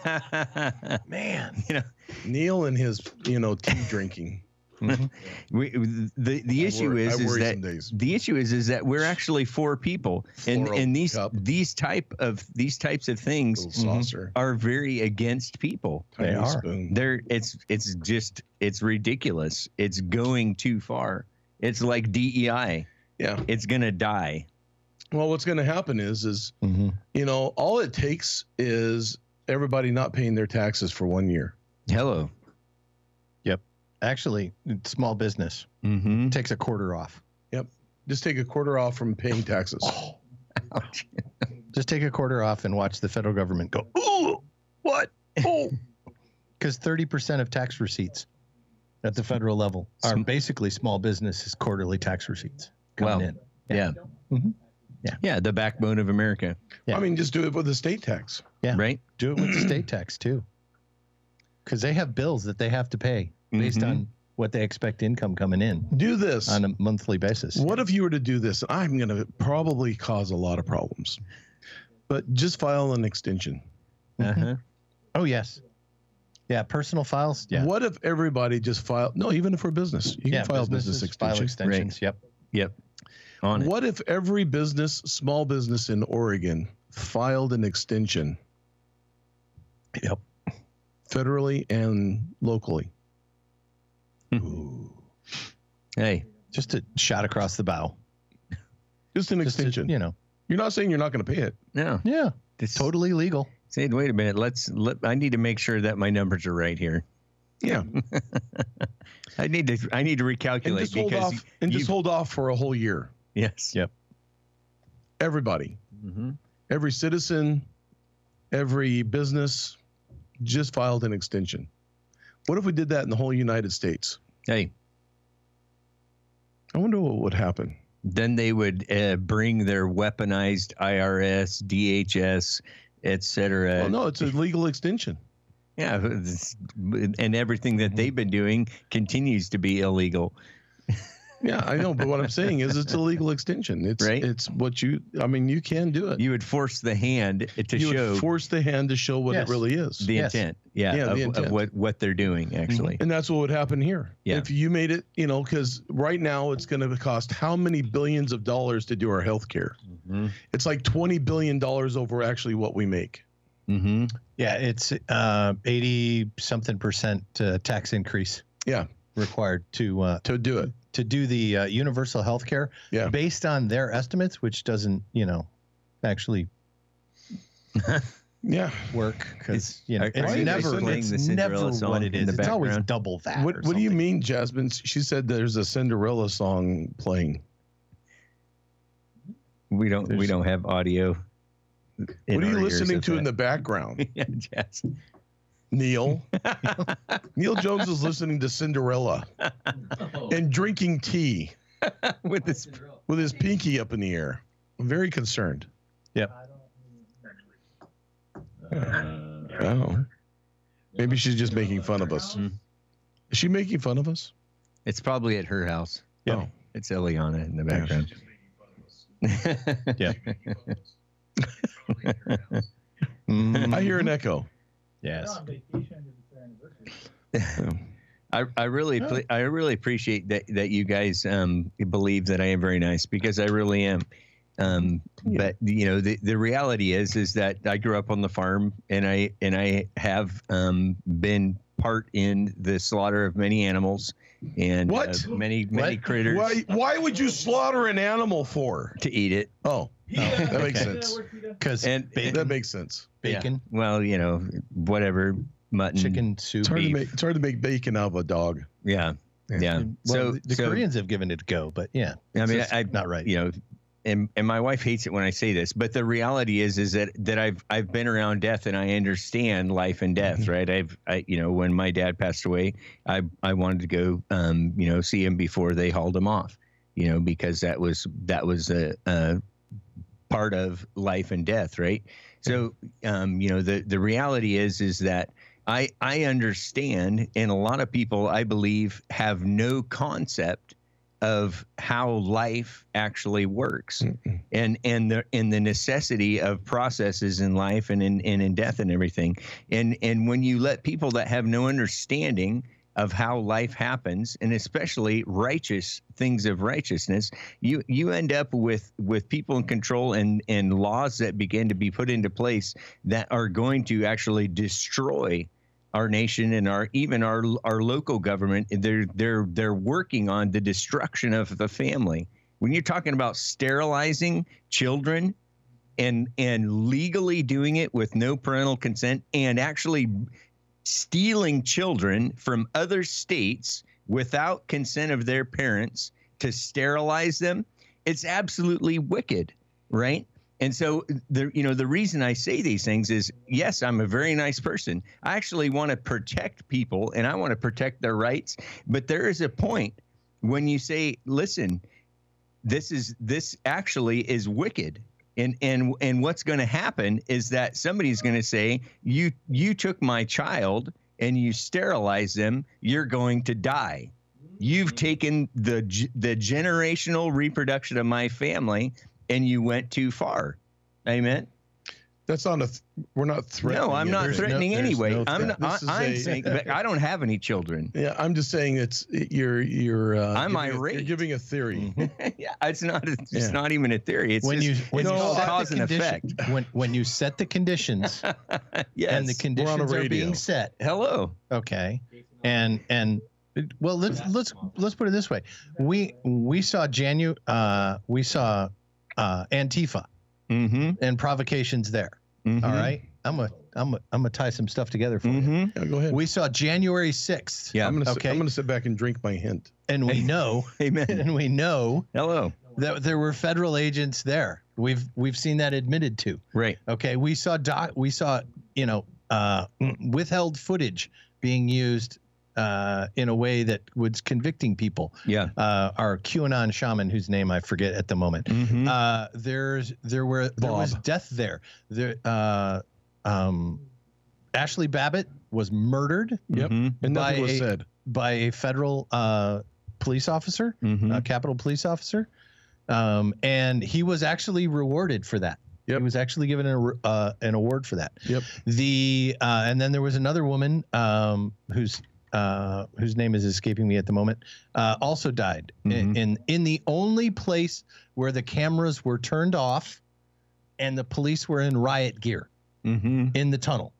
Speaker 4: Man.
Speaker 3: [LAUGHS]
Speaker 4: [LAUGHS]
Speaker 2: Neil and his you know tea drinking.
Speaker 4: Mm-hmm.
Speaker 3: We, the the issue
Speaker 2: worry-
Speaker 3: is
Speaker 2: I
Speaker 3: is
Speaker 2: worry
Speaker 3: that
Speaker 2: some days.
Speaker 3: the issue is is that we're actually four people, and
Speaker 2: Floral
Speaker 3: and these
Speaker 2: cup.
Speaker 3: these type of these types of things
Speaker 2: Little saucer.
Speaker 3: are very against people.
Speaker 4: Mm-hmm. They
Speaker 2: tiny
Speaker 4: are.
Speaker 2: spoon.
Speaker 3: They're it's it's just it's ridiculous. It's going too far. It's like DEI.
Speaker 2: Yeah.
Speaker 3: It's gonna die.
Speaker 2: Well, what's going to happen is, is
Speaker 4: Mm-hmm.
Speaker 2: you know, all it takes is everybody not paying their taxes for one year.
Speaker 3: Hello.
Speaker 4: Actually, small business
Speaker 3: Mm-hmm.
Speaker 4: takes a quarter off.
Speaker 2: Just take a quarter off from paying
Speaker 4: [LAUGHS]
Speaker 2: taxes.
Speaker 4: Oh. Just take a quarter off and watch the federal government go, ooh, what? Oh. Because 30% of tax receipts at the federal level are
Speaker 3: Sm-
Speaker 4: basically small businesses' quarterly tax receipts coming
Speaker 3: Wow.
Speaker 4: in.
Speaker 3: Yeah.
Speaker 4: Mhm.
Speaker 3: Yeah. Yeah. The backbone of America.
Speaker 4: [LAUGHS] Yeah.
Speaker 2: I mean, just do it with the state tax.
Speaker 4: Yeah.
Speaker 3: Right.
Speaker 4: Do it with the state tax too. Because they have bills that they have to pay based
Speaker 3: Mhm.
Speaker 4: on what they expect income coming in
Speaker 2: Do this.
Speaker 4: on a monthly basis.
Speaker 2: What if you were to do this? I'm going to probably cause a lot of problems, but just file an extension. Mm-hmm.
Speaker 3: Uh-huh.
Speaker 4: Oh, yes. Yeah. Personal files. Yeah.
Speaker 2: What if everybody just file? No, even if we're business, you
Speaker 4: yeah,
Speaker 2: can file business
Speaker 4: businesses file
Speaker 2: extension.
Speaker 4: extensions. Yep.
Speaker 3: On it.
Speaker 2: What if every business, small business in Oregon, filed an extension?
Speaker 4: Yep.
Speaker 2: Federally and locally.
Speaker 3: Hmm. Hey.
Speaker 4: Just a shot across the bow.
Speaker 2: Just an
Speaker 4: Just to,
Speaker 2: extension.
Speaker 4: you know.
Speaker 2: You're not saying you're not going to pay it.
Speaker 3: No.
Speaker 4: Yeah.
Speaker 3: This,
Speaker 4: Totally legal.
Speaker 3: Say, wait a minute. Let's. Let, I need to make sure that my numbers are right here. [LAUGHS]
Speaker 2: Yeah.
Speaker 3: I need to. I need to
Speaker 2: And
Speaker 3: recalculate
Speaker 2: just hold
Speaker 3: because.
Speaker 2: off and
Speaker 3: you-
Speaker 2: just hold off for a whole year.
Speaker 3: Yes.
Speaker 4: Yeah.
Speaker 2: Everybody,
Speaker 3: Mm-hmm.
Speaker 2: every citizen, every business just filed an extension. What if we did that in the whole United States?
Speaker 3: Hey.
Speaker 2: I wonder what would happen.
Speaker 3: Then they would uh, bring their weaponized IRS, DHS, et cetera.
Speaker 2: well, Oh, no, it's a legal extension.
Speaker 3: [LAUGHS] Yeah, this- and everything that they've been doing continues to be illegal.
Speaker 2: Yeah, I know, but what I'm saying is it's a legal extension. It's
Speaker 3: Right.
Speaker 2: it's what you I mean, you can do it.
Speaker 3: You would force the hand to
Speaker 2: You
Speaker 3: show
Speaker 2: would force the hand to show what
Speaker 4: Yes.
Speaker 2: it really is.
Speaker 3: the
Speaker 4: yes.
Speaker 3: intent,
Speaker 2: Yeah,
Speaker 3: yeah,
Speaker 2: the
Speaker 3: of, of
Speaker 2: intent. Mm-hmm.
Speaker 3: what what they're doing actually.
Speaker 2: and that's what would happen here.
Speaker 3: Yeah.
Speaker 2: If you made it, you know, because right now it's going to cost how many billions of dollars to do our health care?
Speaker 3: Mm-hmm.
Speaker 2: It's like $20 billion over actually what we make.
Speaker 3: Mm-hmm.
Speaker 4: Yeah, it's uh, eighty something percent uh, tax increase.
Speaker 2: Yeah.
Speaker 4: required to uh,
Speaker 2: to do it.
Speaker 4: to do the uh, universal health care.
Speaker 2: Yeah.
Speaker 4: based on their estimates, which doesn't you know actually
Speaker 2: Yeah.
Speaker 4: work because
Speaker 3: It's-
Speaker 4: you know
Speaker 3: are-
Speaker 4: it's
Speaker 2: are you
Speaker 4: never
Speaker 2: playing
Speaker 4: it's
Speaker 3: the Cinderella
Speaker 4: never
Speaker 3: song
Speaker 4: what it
Speaker 3: in
Speaker 4: is.
Speaker 3: the
Speaker 4: It's always
Speaker 3: background?
Speaker 4: double that.
Speaker 2: What
Speaker 4: or
Speaker 2: What do you
Speaker 4: something.
Speaker 2: mean, Jasmine? She said there's a Cinderella song playing.
Speaker 3: We don't we
Speaker 2: There's-
Speaker 3: don't have audio.
Speaker 2: what are you listening to in the background,
Speaker 3: [LAUGHS] yeah, yes. [LAUGHS]
Speaker 2: Neil? Neil Jones is listening to Cinderella
Speaker 3: Oh.
Speaker 2: and drinking tea [LAUGHS]
Speaker 3: with this
Speaker 2: with his pinky up in the air. I'm very concerned.
Speaker 4: Yep.
Speaker 2: Uh, Oh. Maybe she's just making fun of us.
Speaker 3: Mhm.
Speaker 2: Is she making fun of us?
Speaker 3: It's probably at her house.
Speaker 4: Yeah.
Speaker 2: Oh.
Speaker 3: It's Eliana in the
Speaker 2: Yeah.
Speaker 3: background.
Speaker 4: [LAUGHS] Yeah.
Speaker 2: [LAUGHS]
Speaker 4: Mhm.
Speaker 2: I hear an echo.
Speaker 4: yes.
Speaker 2: [LAUGHS]
Speaker 3: I, I really
Speaker 4: Yeah.
Speaker 3: pl- I really appreciate that that you guys um, believe that I am very nice because I really am. Um,
Speaker 2: Yeah.
Speaker 3: But you know the, the reality is is that I grew up on the farm and I and I have um, been part in the slaughter of many animals and uh,
Speaker 2: What?
Speaker 3: many many
Speaker 4: What?
Speaker 3: critters
Speaker 2: Why why would you slaughter an animal for?
Speaker 3: to eat it.
Speaker 2: Oh, that makes sense.
Speaker 4: Because
Speaker 3: And, and-
Speaker 2: That makes sense.
Speaker 4: bacon,
Speaker 3: well, you know, whatever mutton,
Speaker 4: chicken soup.
Speaker 2: It's hard to
Speaker 3: Beef.
Speaker 2: make it's hard to make bacon out of a dog.
Speaker 3: yeah, yeah.
Speaker 2: Yeah.
Speaker 4: Well,
Speaker 3: so
Speaker 4: the, the
Speaker 3: so,
Speaker 4: Koreans have given it a go, but yeah,
Speaker 3: I
Speaker 4: it's
Speaker 3: mean,
Speaker 4: just
Speaker 3: I,
Speaker 4: not right.
Speaker 3: you know and and my wife hates it when I say this, but the reality is is that that I've I've been around death and I understand life and death, right? I've I you know when my dad passed away, I I wanted to go um you know see him before they hauled him off, you know because that was that was a, a part of life and death, right? So um you know the the reality is is that I I understand and a lot of people I believe have no concept of how life actually works and and the and the necessity of processes in life and in and in death and everything and and when you let people that have no understanding of how life happens and especially righteous things of righteousness you you end up with with people in control and and laws that begin to be put into place that are going to actually destroy our nation and our even our our local government they're they're they're working on the destruction of the family when you're talking about sterilizing children and and legally doing it with no parental consent and actually stealing children from other states without consent of their parents to sterilize them it's absolutely wicked right and so the you know the reason i say these things is yes i'm a very nice person i actually want to protect people and i want to protect their rights but there is a point when you say listen this is this actually is wicked and and and what's going to happen is that somebody's going to say you you took my child and you sterilize them you're going to die you've taken the g- the generational reproduction of my family and you went too far amen
Speaker 2: That's not a. Th- we're not threatening.
Speaker 3: no i'm
Speaker 2: it.
Speaker 3: not
Speaker 2: There's
Speaker 3: threatening
Speaker 4: there's
Speaker 3: anyway
Speaker 4: no
Speaker 3: i'm
Speaker 4: threat.
Speaker 3: not
Speaker 2: This is
Speaker 3: I, am
Speaker 2: a-
Speaker 3: saying but i don't have any children
Speaker 2: [LAUGHS]
Speaker 3: [LAUGHS]
Speaker 2: Yeah, I'm just saying it's you're you're. Uh,
Speaker 3: I'm
Speaker 2: giving a- you're
Speaker 3: irate.
Speaker 2: giving a theory.
Speaker 3: yeah it's not it's
Speaker 2: Yeah.
Speaker 3: not even a theory Mm-hmm. it's
Speaker 4: when
Speaker 3: just,
Speaker 4: you when
Speaker 3: it's
Speaker 4: you
Speaker 2: No,
Speaker 3: called
Speaker 4: set the
Speaker 3: cause and effect
Speaker 4: condition- when when you set the conditions
Speaker 3: [LAUGHS] yes
Speaker 4: and the conditions are
Speaker 2: radio.
Speaker 4: being set,
Speaker 3: hello
Speaker 4: okay, and and well let's let's let's put it this way, we we saw Janu uh, we saw uh, Antifa
Speaker 3: mm-hmm,
Speaker 4: and provocations there.
Speaker 3: mm-hmm
Speaker 4: All right, I'm a I'm a, I'm gonna tie some stuff together for you.
Speaker 3: mm-hmm
Speaker 2: Yeah, go ahead.
Speaker 4: We saw January sixth,
Speaker 3: yeah
Speaker 2: I'm gonna sit,
Speaker 4: okay.
Speaker 2: I'm gonna sit back and drink my hint.
Speaker 4: and
Speaker 3: [LAUGHS]
Speaker 4: we know
Speaker 3: amen
Speaker 4: [LAUGHS] and we know
Speaker 3: hello
Speaker 4: that there were federal agents there. We've we've seen that admitted to.
Speaker 3: Right.
Speaker 4: Okay, we saw doc, we saw you know uh, withheld footage being used uh, in a way that was convicting people.
Speaker 3: Yeah.
Speaker 4: Uh, our QAnon shaman, whose name I forget at the moment,
Speaker 2: Mm-hmm.
Speaker 3: Mhm.
Speaker 4: uh, there's there were there was
Speaker 3: Bob.
Speaker 4: death there. There, uh, um, Ashley Babbitt was murdered
Speaker 2: yep.
Speaker 3: Mhm.
Speaker 2: And nothing
Speaker 4: By
Speaker 2: was
Speaker 4: a-
Speaker 2: said.
Speaker 4: by a federal uh, police officer,
Speaker 2: Mm-hmm.
Speaker 3: Mhm.
Speaker 4: a Capitol police officer, um, and he was actually rewarded for that.
Speaker 2: Yep.
Speaker 4: He was actually given a, re- uh, an award for that.
Speaker 2: Yep.
Speaker 4: The uh, and then there was another woman um, whose uh, whose name is escaping me at the moment. Uh, also died i-
Speaker 2: Mm-hmm.
Speaker 3: Mhm.
Speaker 4: in in the only place where the cameras were turned off, and the police were in riot gear
Speaker 3: Mhm.
Speaker 4: in the tunnel.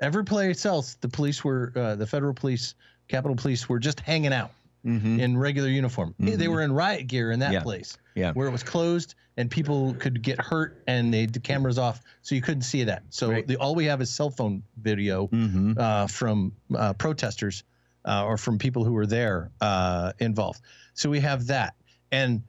Speaker 4: Every place else, the police were uh, the federal police, Capitol police were just hanging out
Speaker 3: Mhm.
Speaker 4: in regular uniform.
Speaker 3: Mhm.
Speaker 4: They were in riot gear in that
Speaker 3: Yeah.
Speaker 4: place,
Speaker 3: Yeah.
Speaker 4: where it was closed and people could get hurt and they had the cameras off, so you couldn't see that. So
Speaker 3: Right.
Speaker 4: the, all we have is cell phone video
Speaker 3: Mhm.
Speaker 4: uh, from uh, protesters uh, or from people who were there uh, involved. So we have that, and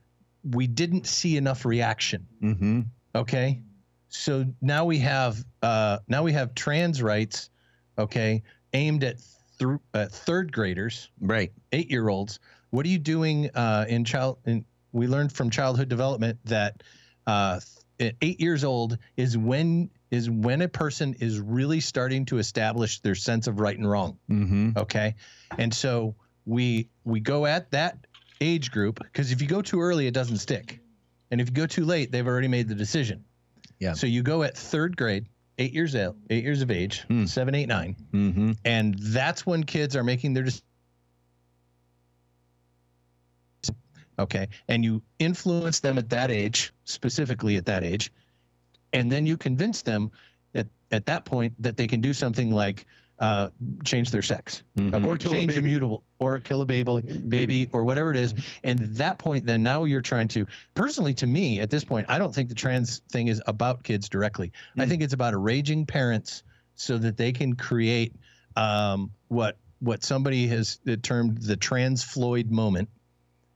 Speaker 4: we didn't see enough reaction.
Speaker 3: Mm-hmm.
Speaker 4: Okay. So now we have uh, now we have trans rights, okay, aimed at th- uh, third graders,
Speaker 3: Right.
Speaker 4: eight year olds. What are you doing uh, in child? In, we learned from childhood development that uh, th- at eight years old is when is when a person is really starting to establish their sense of right and wrong.
Speaker 3: Mm-hmm.
Speaker 4: Okay, and so we we go at that age group because if you go too early, it doesn't stick, and if you go too late, they've already made the decision.
Speaker 3: Yeah.
Speaker 4: So you go at third grade, eight years out, eight years of age,
Speaker 3: Hmm.
Speaker 4: seven, eight, nine,
Speaker 3: Mm-hmm.
Speaker 4: and that's when kids are making their decisions. Okay, and you influence them at that age, specifically at that age, and then you convince them at at that point that they can do something like uh, change their sex
Speaker 3: Mm-hmm.
Speaker 4: or
Speaker 2: kill a
Speaker 4: change
Speaker 2: baby.
Speaker 4: immutable or kill a baby, baby or whatever it is. And at that point, then now you're trying to personally to me at this point, I don't think the trans thing is about kids directly. I
Speaker 3: Mm.
Speaker 4: think it's about enraging parents so that they can create um, what what somebody has uh, termed the trans Floyd moment.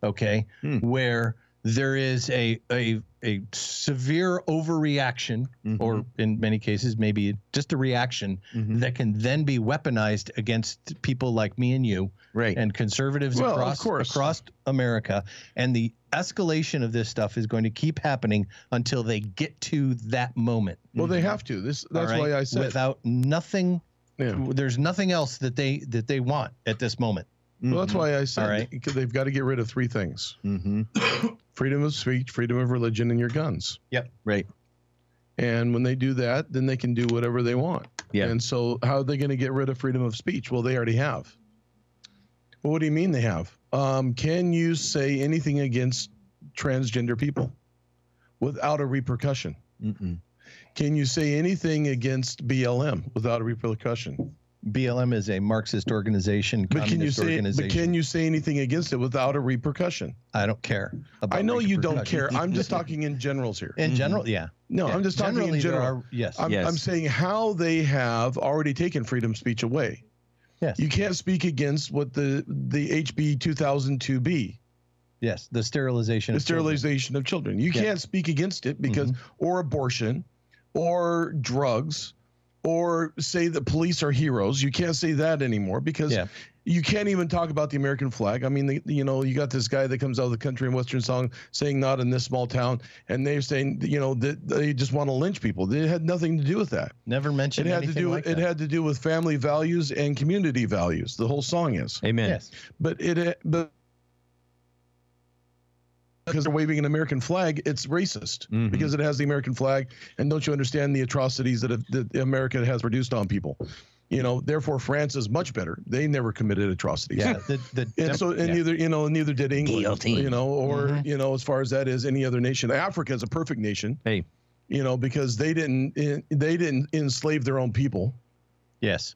Speaker 4: Okay,
Speaker 3: Mm.
Speaker 4: where there is a a a severe overreaction,
Speaker 3: Mm-hmm.
Speaker 4: or in many cases, maybe just a reaction
Speaker 3: Mhm.
Speaker 4: that can then be weaponized against people like me and you
Speaker 3: right.
Speaker 4: and conservatives
Speaker 2: Well, of
Speaker 4: across
Speaker 2: course.
Speaker 4: across America. And the escalation of this stuff is going to keep happening until they get to that moment.
Speaker 2: Well,
Speaker 3: Mm-hmm.
Speaker 2: they have to. This
Speaker 4: all
Speaker 2: that's
Speaker 4: right?
Speaker 2: why I said.
Speaker 4: without nothing,
Speaker 2: yeah.
Speaker 4: there's nothing else that they that they want at this moment.
Speaker 2: Well, that's why I said
Speaker 4: All right.
Speaker 2: because they've got to get rid of three things:
Speaker 3: Mm-hmm.
Speaker 2: freedom of speech, freedom of religion, and your guns.
Speaker 3: Right.
Speaker 2: And when they do that, then they can do whatever they want.
Speaker 3: Yeah.
Speaker 2: And so, how are they going to get rid of freedom of speech? Well, they already have. Well, what do you mean they have? Um, can you say anything against transgender people without a repercussion?
Speaker 3: Mm-mm.
Speaker 2: Can you say anything against BLM without a repercussion?
Speaker 4: BLM is a Marxist organization,
Speaker 2: But
Speaker 4: communist
Speaker 2: can you say
Speaker 4: organization.
Speaker 2: but can you say anything against it without a repercussion?
Speaker 4: I don't care. about
Speaker 2: I know you don't
Speaker 4: reproduction.
Speaker 2: care. I'm
Speaker 4: [LAUGHS]
Speaker 2: just talking in generals here.
Speaker 4: In
Speaker 3: Mhm.
Speaker 4: general, yeah.
Speaker 2: No,
Speaker 4: yeah.
Speaker 2: I'm just talking
Speaker 4: Generally,
Speaker 2: in
Speaker 4: there
Speaker 2: general.
Speaker 4: are- yes.
Speaker 2: I'm,
Speaker 3: Yes.
Speaker 2: I'm saying how they have already taken freedom of speech away.
Speaker 4: Yes.
Speaker 2: You can't speak against what the the HB 2002B,
Speaker 4: yes. The sterilization.
Speaker 2: the
Speaker 4: of children.
Speaker 2: sterilization of children. You
Speaker 4: Yeah.
Speaker 2: can't speak against it because
Speaker 4: Mm-hmm.
Speaker 2: or abortion or drugs or say that police are heroes. You can't say that anymore because
Speaker 4: Yeah.
Speaker 2: you can't even talk about the American flag. I mean, the, you know, you got this guy that comes out of the country and western song saying not in this small town and they're saying, you know, that they just want to lynch people. They had nothing to do with that.
Speaker 4: Never
Speaker 2: It
Speaker 4: mentioned
Speaker 2: had to
Speaker 4: anything
Speaker 2: do.
Speaker 4: like
Speaker 2: it
Speaker 4: that.
Speaker 2: had to do with family values and community values. The whole song is,
Speaker 3: Amen.
Speaker 4: yes.
Speaker 2: but it but because they're waving an American flag, it's racist
Speaker 3: Mhm.
Speaker 2: because it has the American flag. And don't you understand the atrocities that, have, that America has produced on people? You know, therefore France is much better. They never committed atrocities.
Speaker 4: Yeah. The, the
Speaker 2: And so, and
Speaker 4: yeah. Mm-hmm.
Speaker 2: neither you know, neither did England,
Speaker 3: Guillotine.
Speaker 2: you know, or you know, as far as that is, any other nation. Africa is a perfect nation,
Speaker 3: Hey.
Speaker 2: you know, because they didn't eh, they didn't enslave their own people.
Speaker 4: Yes.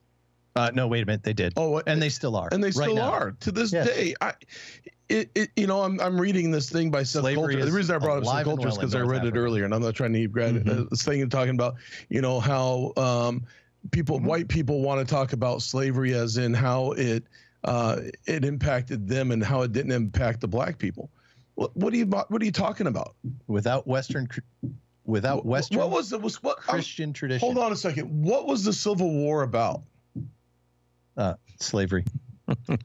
Speaker 4: Uh, no, wait a minute. They did.
Speaker 2: Oh,
Speaker 4: and they still are.
Speaker 2: and they
Speaker 4: right
Speaker 2: still
Speaker 4: now.
Speaker 2: are to this
Speaker 4: Yes.
Speaker 2: day. I, it, it, you know, I'm, I'm reading this thing by Seth
Speaker 4: Slavery
Speaker 2: Coulter. The
Speaker 4: is
Speaker 2: reason I brought up Seth
Speaker 4: alive and
Speaker 2: Coulter is
Speaker 4: well in
Speaker 2: because I
Speaker 4: North
Speaker 2: read it
Speaker 4: Africa.
Speaker 2: earlier, and I'm not trying to grab uh,
Speaker 4: Mhm.
Speaker 2: this thing and talking about, you know, how um, people,
Speaker 4: Mhm.
Speaker 2: white people, want to talk about slavery as in how it uh, it impacted them and how it didn't impact the black people. What, what are you What are you talking about?
Speaker 4: without Western, cr- without
Speaker 2: Wh-
Speaker 4: Western
Speaker 2: What was the was what? I'm-
Speaker 4: Christian tradition.
Speaker 2: hold on a second. What was the Civil War about?
Speaker 4: Slavery.
Speaker 3: And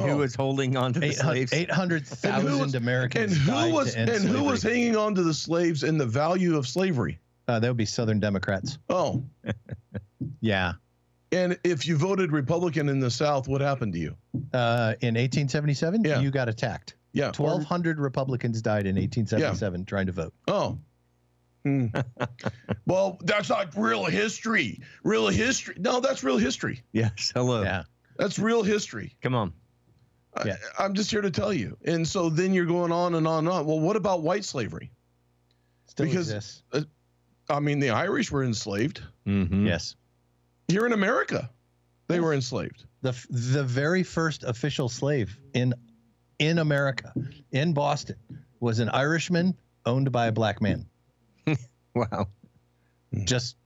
Speaker 3: who
Speaker 2: Oh.
Speaker 3: was holding on to the slaves?
Speaker 4: Eight hundred thousand
Speaker 2: And
Speaker 4: Americans
Speaker 2: who
Speaker 4: died
Speaker 2: was
Speaker 4: to end
Speaker 2: and who was
Speaker 4: slavery.
Speaker 2: hanging on to the slaves and the value of slavery?
Speaker 4: Uh, that would be Southern Democrats.
Speaker 2: Oh,
Speaker 4: Yeah.
Speaker 2: And if you voted Republican in the South, what happened to you?
Speaker 4: Uh, in 1877,
Speaker 2: Yeah.
Speaker 4: you got attacked.
Speaker 2: Yeah.
Speaker 4: 1,200 Republicans died in 1877 trying to vote.
Speaker 2: Oh.
Speaker 4: [LAUGHS]
Speaker 2: Hmm. well, that's not real history. Real history. No, that's real history.
Speaker 3: yes.
Speaker 2: Uh,
Speaker 3: Hello.
Speaker 4: Yeah.
Speaker 2: That's real history.
Speaker 3: Come on.
Speaker 2: I-
Speaker 4: Yeah.
Speaker 2: I'm just here to tell you. And so then you're going on and on and on. Well, what about white slavery?
Speaker 4: Still
Speaker 2: Because-
Speaker 4: exists.
Speaker 2: I mean, the Irish were enslaved. Hmm.
Speaker 3: Mm-hmm.
Speaker 4: Yes.
Speaker 2: Here in America, they were enslaved.
Speaker 4: The f- the very first official slave in in America, in Boston, was an Irishman owned by a black man.
Speaker 3: Wow.
Speaker 4: Just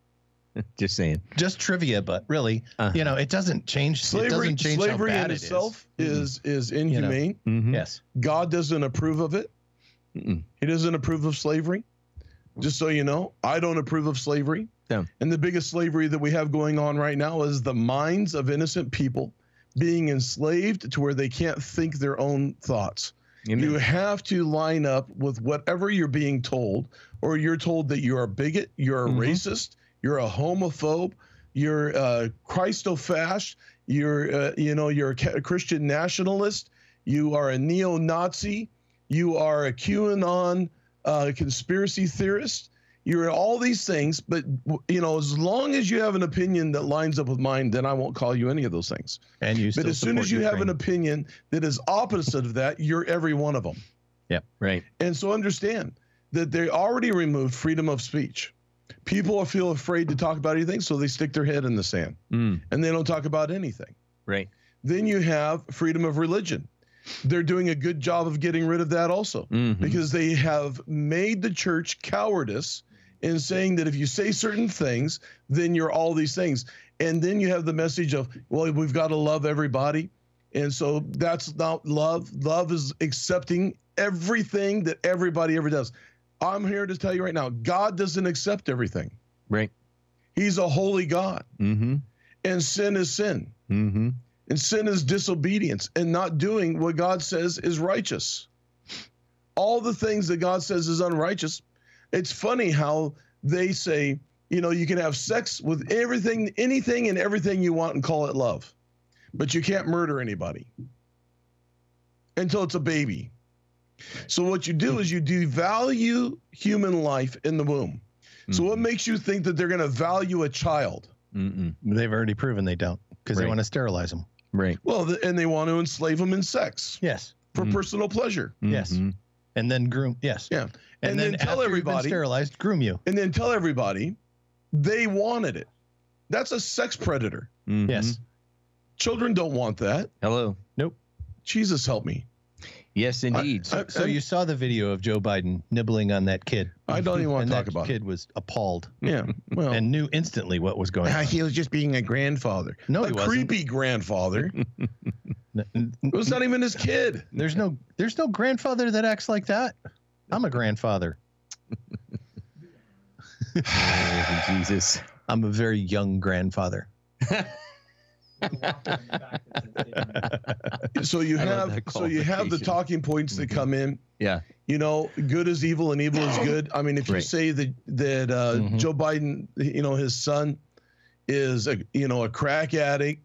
Speaker 3: Just saying.
Speaker 4: just trivia, but really,
Speaker 3: Uh-huh.
Speaker 4: you know, it doesn't change. it
Speaker 2: Slavery,
Speaker 4: doesn't change how
Speaker 2: slavery in
Speaker 4: bad it is. Mm-hmm.
Speaker 2: itself is is
Speaker 4: know.
Speaker 2: inhumane.
Speaker 3: Mhm.
Speaker 4: Yes.
Speaker 2: God doesn't approve of it.
Speaker 3: Mm-mm.
Speaker 2: He doesn't approve of slavery. Just so you know, I don't approve of slavery.
Speaker 3: Yeah.
Speaker 2: And the biggest slavery that we have going on right now is the minds of innocent people being enslaved to where they can't think their own thoughts.
Speaker 3: Amen.
Speaker 2: You have to line up with whatever you're being told, or you're told that you're a bigot, you're a
Speaker 4: Mm-hmm.
Speaker 3: Mhm.
Speaker 2: racist, you're a homophobe, you're uh, Christofash, you're uh, you know you're a ca- Christian nationalist, you are a neo-Nazi, you are a QAnon uh, conspiracy theorist. You're all these things, but you know, as long as you have an opinion that lines up with mine, then I won't call you any of those things.
Speaker 4: And you.
Speaker 2: But
Speaker 4: still
Speaker 2: as soon
Speaker 4: support
Speaker 2: as you have
Speaker 4: Ukraine.
Speaker 2: an opinion that is opposite of that, you're every one of them.
Speaker 3: Right.
Speaker 2: And so understand that they already removed freedom of speech. People feel afraid to talk about anything, so they stick their head in the sand
Speaker 3: Mm.
Speaker 2: and they don't talk about anything.
Speaker 3: Right.
Speaker 2: Then you have freedom of religion. They're doing a good job of getting rid of that also
Speaker 3: Mhm.
Speaker 2: because they have made the church cowardice in saying that if you say certain things, then you're all these things. And then you have the message of, well, we've got to love everybody. And so that's not love. Love is accepting everything that everybody ever does. I'm here to tell you right now God doesn't accept everything,
Speaker 3: Right.
Speaker 2: He's a holy God,
Speaker 3: Mm-hmm.
Speaker 2: and sin is sin.
Speaker 3: Mm-hmm.
Speaker 2: And sin is disobedience and not doing what God says is righteous. All the things that God says is unrighteous. It's funny how they say, you know, you can have sex with everything, anything and everything you want and call it love, but you can't murder anybody until it's a baby. So what you do is you devalue human life in the womb. So
Speaker 3: Mm-hmm.
Speaker 2: what makes you think that they're going to value a child?
Speaker 3: Mm-mm.
Speaker 4: They've already proven they don't because
Speaker 3: Right.
Speaker 4: they want to sterilize them.
Speaker 3: Right.
Speaker 2: Well, th- and they want to enslave them in sex
Speaker 4: Yes.
Speaker 2: for
Speaker 3: Mhm.
Speaker 2: personal pleasure,
Speaker 4: Yes.
Speaker 3: Mhm.
Speaker 4: And then groom. Yes.
Speaker 2: Yeah. And then tell
Speaker 4: after you've been
Speaker 2: everybody-
Speaker 4: sterilized, groom you.
Speaker 2: and then tell everybody they wanted it. That's a sex predator.
Speaker 3: Mhm.
Speaker 4: Yes.
Speaker 2: Children don't want that.
Speaker 3: Hello.
Speaker 2: Jesus help me.
Speaker 3: Yes, indeed.
Speaker 2: I-
Speaker 4: So, so you saw the video of Joe Biden nibbling on that kid.
Speaker 2: I don't even wanna
Speaker 4: And
Speaker 2: talk
Speaker 4: that
Speaker 2: about it. Oh.
Speaker 4: Kid was appalled [LAUGHS]
Speaker 2: Yeah. Well,
Speaker 4: and knew instantly what
Speaker 2: [LAUGHS]
Speaker 4: was going on.
Speaker 2: he was just being a grandfather.
Speaker 4: No,
Speaker 2: a
Speaker 4: he wasn't.
Speaker 2: creepy grandfather.
Speaker 4: [LAUGHS] N- n-
Speaker 2: It was not even his kid.
Speaker 4: There's no there's no grandfather that acts like that. I'm a grandfather.
Speaker 3: Oh, [LAUGHS] Jesus.
Speaker 4: I'm a very young grandfather.
Speaker 3: [LAUGHS]
Speaker 2: So you
Speaker 3: I love
Speaker 2: have
Speaker 3: that
Speaker 2: so you have the
Speaker 3: qualification.
Speaker 2: talking points that
Speaker 3: Mhm.
Speaker 2: come in.
Speaker 3: Yeah.
Speaker 2: You know, good is evil and evil is good. I mean, if you
Speaker 3: Right.
Speaker 2: say that that uh,
Speaker 3: Mm-hmm.
Speaker 4: Mhm.
Speaker 2: Joe Biden, you know, his son is a you know a crack addict,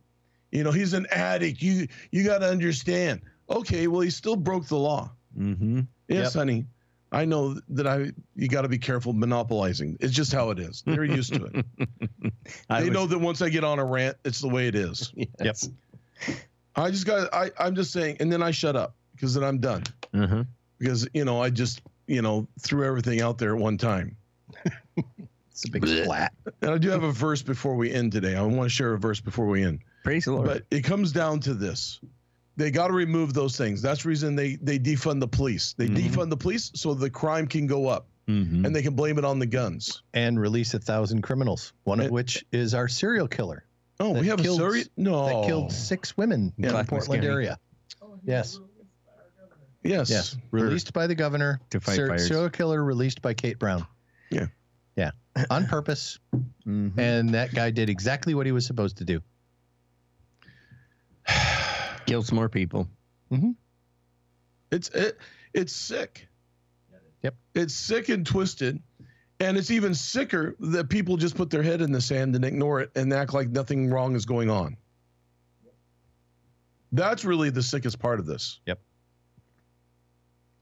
Speaker 2: you know, he's an addict. You you got to understand. Okay, well, he still broke the law.
Speaker 3: mm-hmm.
Speaker 2: Yes,
Speaker 4: Yep.
Speaker 2: honey. I know that I you got to be careful monopolizing. It's just how it is. They're used to it.
Speaker 3: [LAUGHS] I
Speaker 2: they
Speaker 3: was-
Speaker 2: know that once I get on a rant, it's the way it is.
Speaker 3: Yes.
Speaker 2: I just got I I'm just saying, and then I shut up because then I'm done
Speaker 3: Uh-huh.
Speaker 2: because you know I just you know threw everything out there at one time.
Speaker 4: It's a big splat.
Speaker 2: And I do have a verse before we end today. I want to share a verse before we end.
Speaker 3: Praise the Lord.
Speaker 2: But it comes down to this. They got to remove those things. That's the reason they they defund the police. They
Speaker 4: Mm-hmm.
Speaker 3: Mhm.
Speaker 2: defund the police so the crime can go up
Speaker 3: Mhm.
Speaker 2: and they can blame it on the guns.
Speaker 4: And release a thousand criminals, one
Speaker 2: It-
Speaker 4: of which is our serial killer
Speaker 2: Oh,
Speaker 4: That
Speaker 2: we have
Speaker 4: killed-
Speaker 2: a serious no
Speaker 3: Oh.
Speaker 4: that killed six women
Speaker 2: Yeah.
Speaker 4: in the
Speaker 3: Clackamas
Speaker 4: Portland
Speaker 3: County.
Speaker 4: area. Yes,
Speaker 2: Yes.
Speaker 4: yes. Released by the governor.
Speaker 3: To fight fires.
Speaker 4: Serial killer released by Kate Brown.
Speaker 2: Yeah.
Speaker 4: Yeah. On
Speaker 2: [LAUGHS]
Speaker 4: purpose.
Speaker 3: Mhm.
Speaker 4: and that guy did exactly what he was supposed to do.
Speaker 3: Kills more people.
Speaker 2: It's it, it's sick.
Speaker 4: Yep.
Speaker 2: It's sick and twisted. And it's even sicker that people just put their head in the sand and ignore it and act like nothing wrong is going on. That's really the sickest part of this.
Speaker 4: Yep.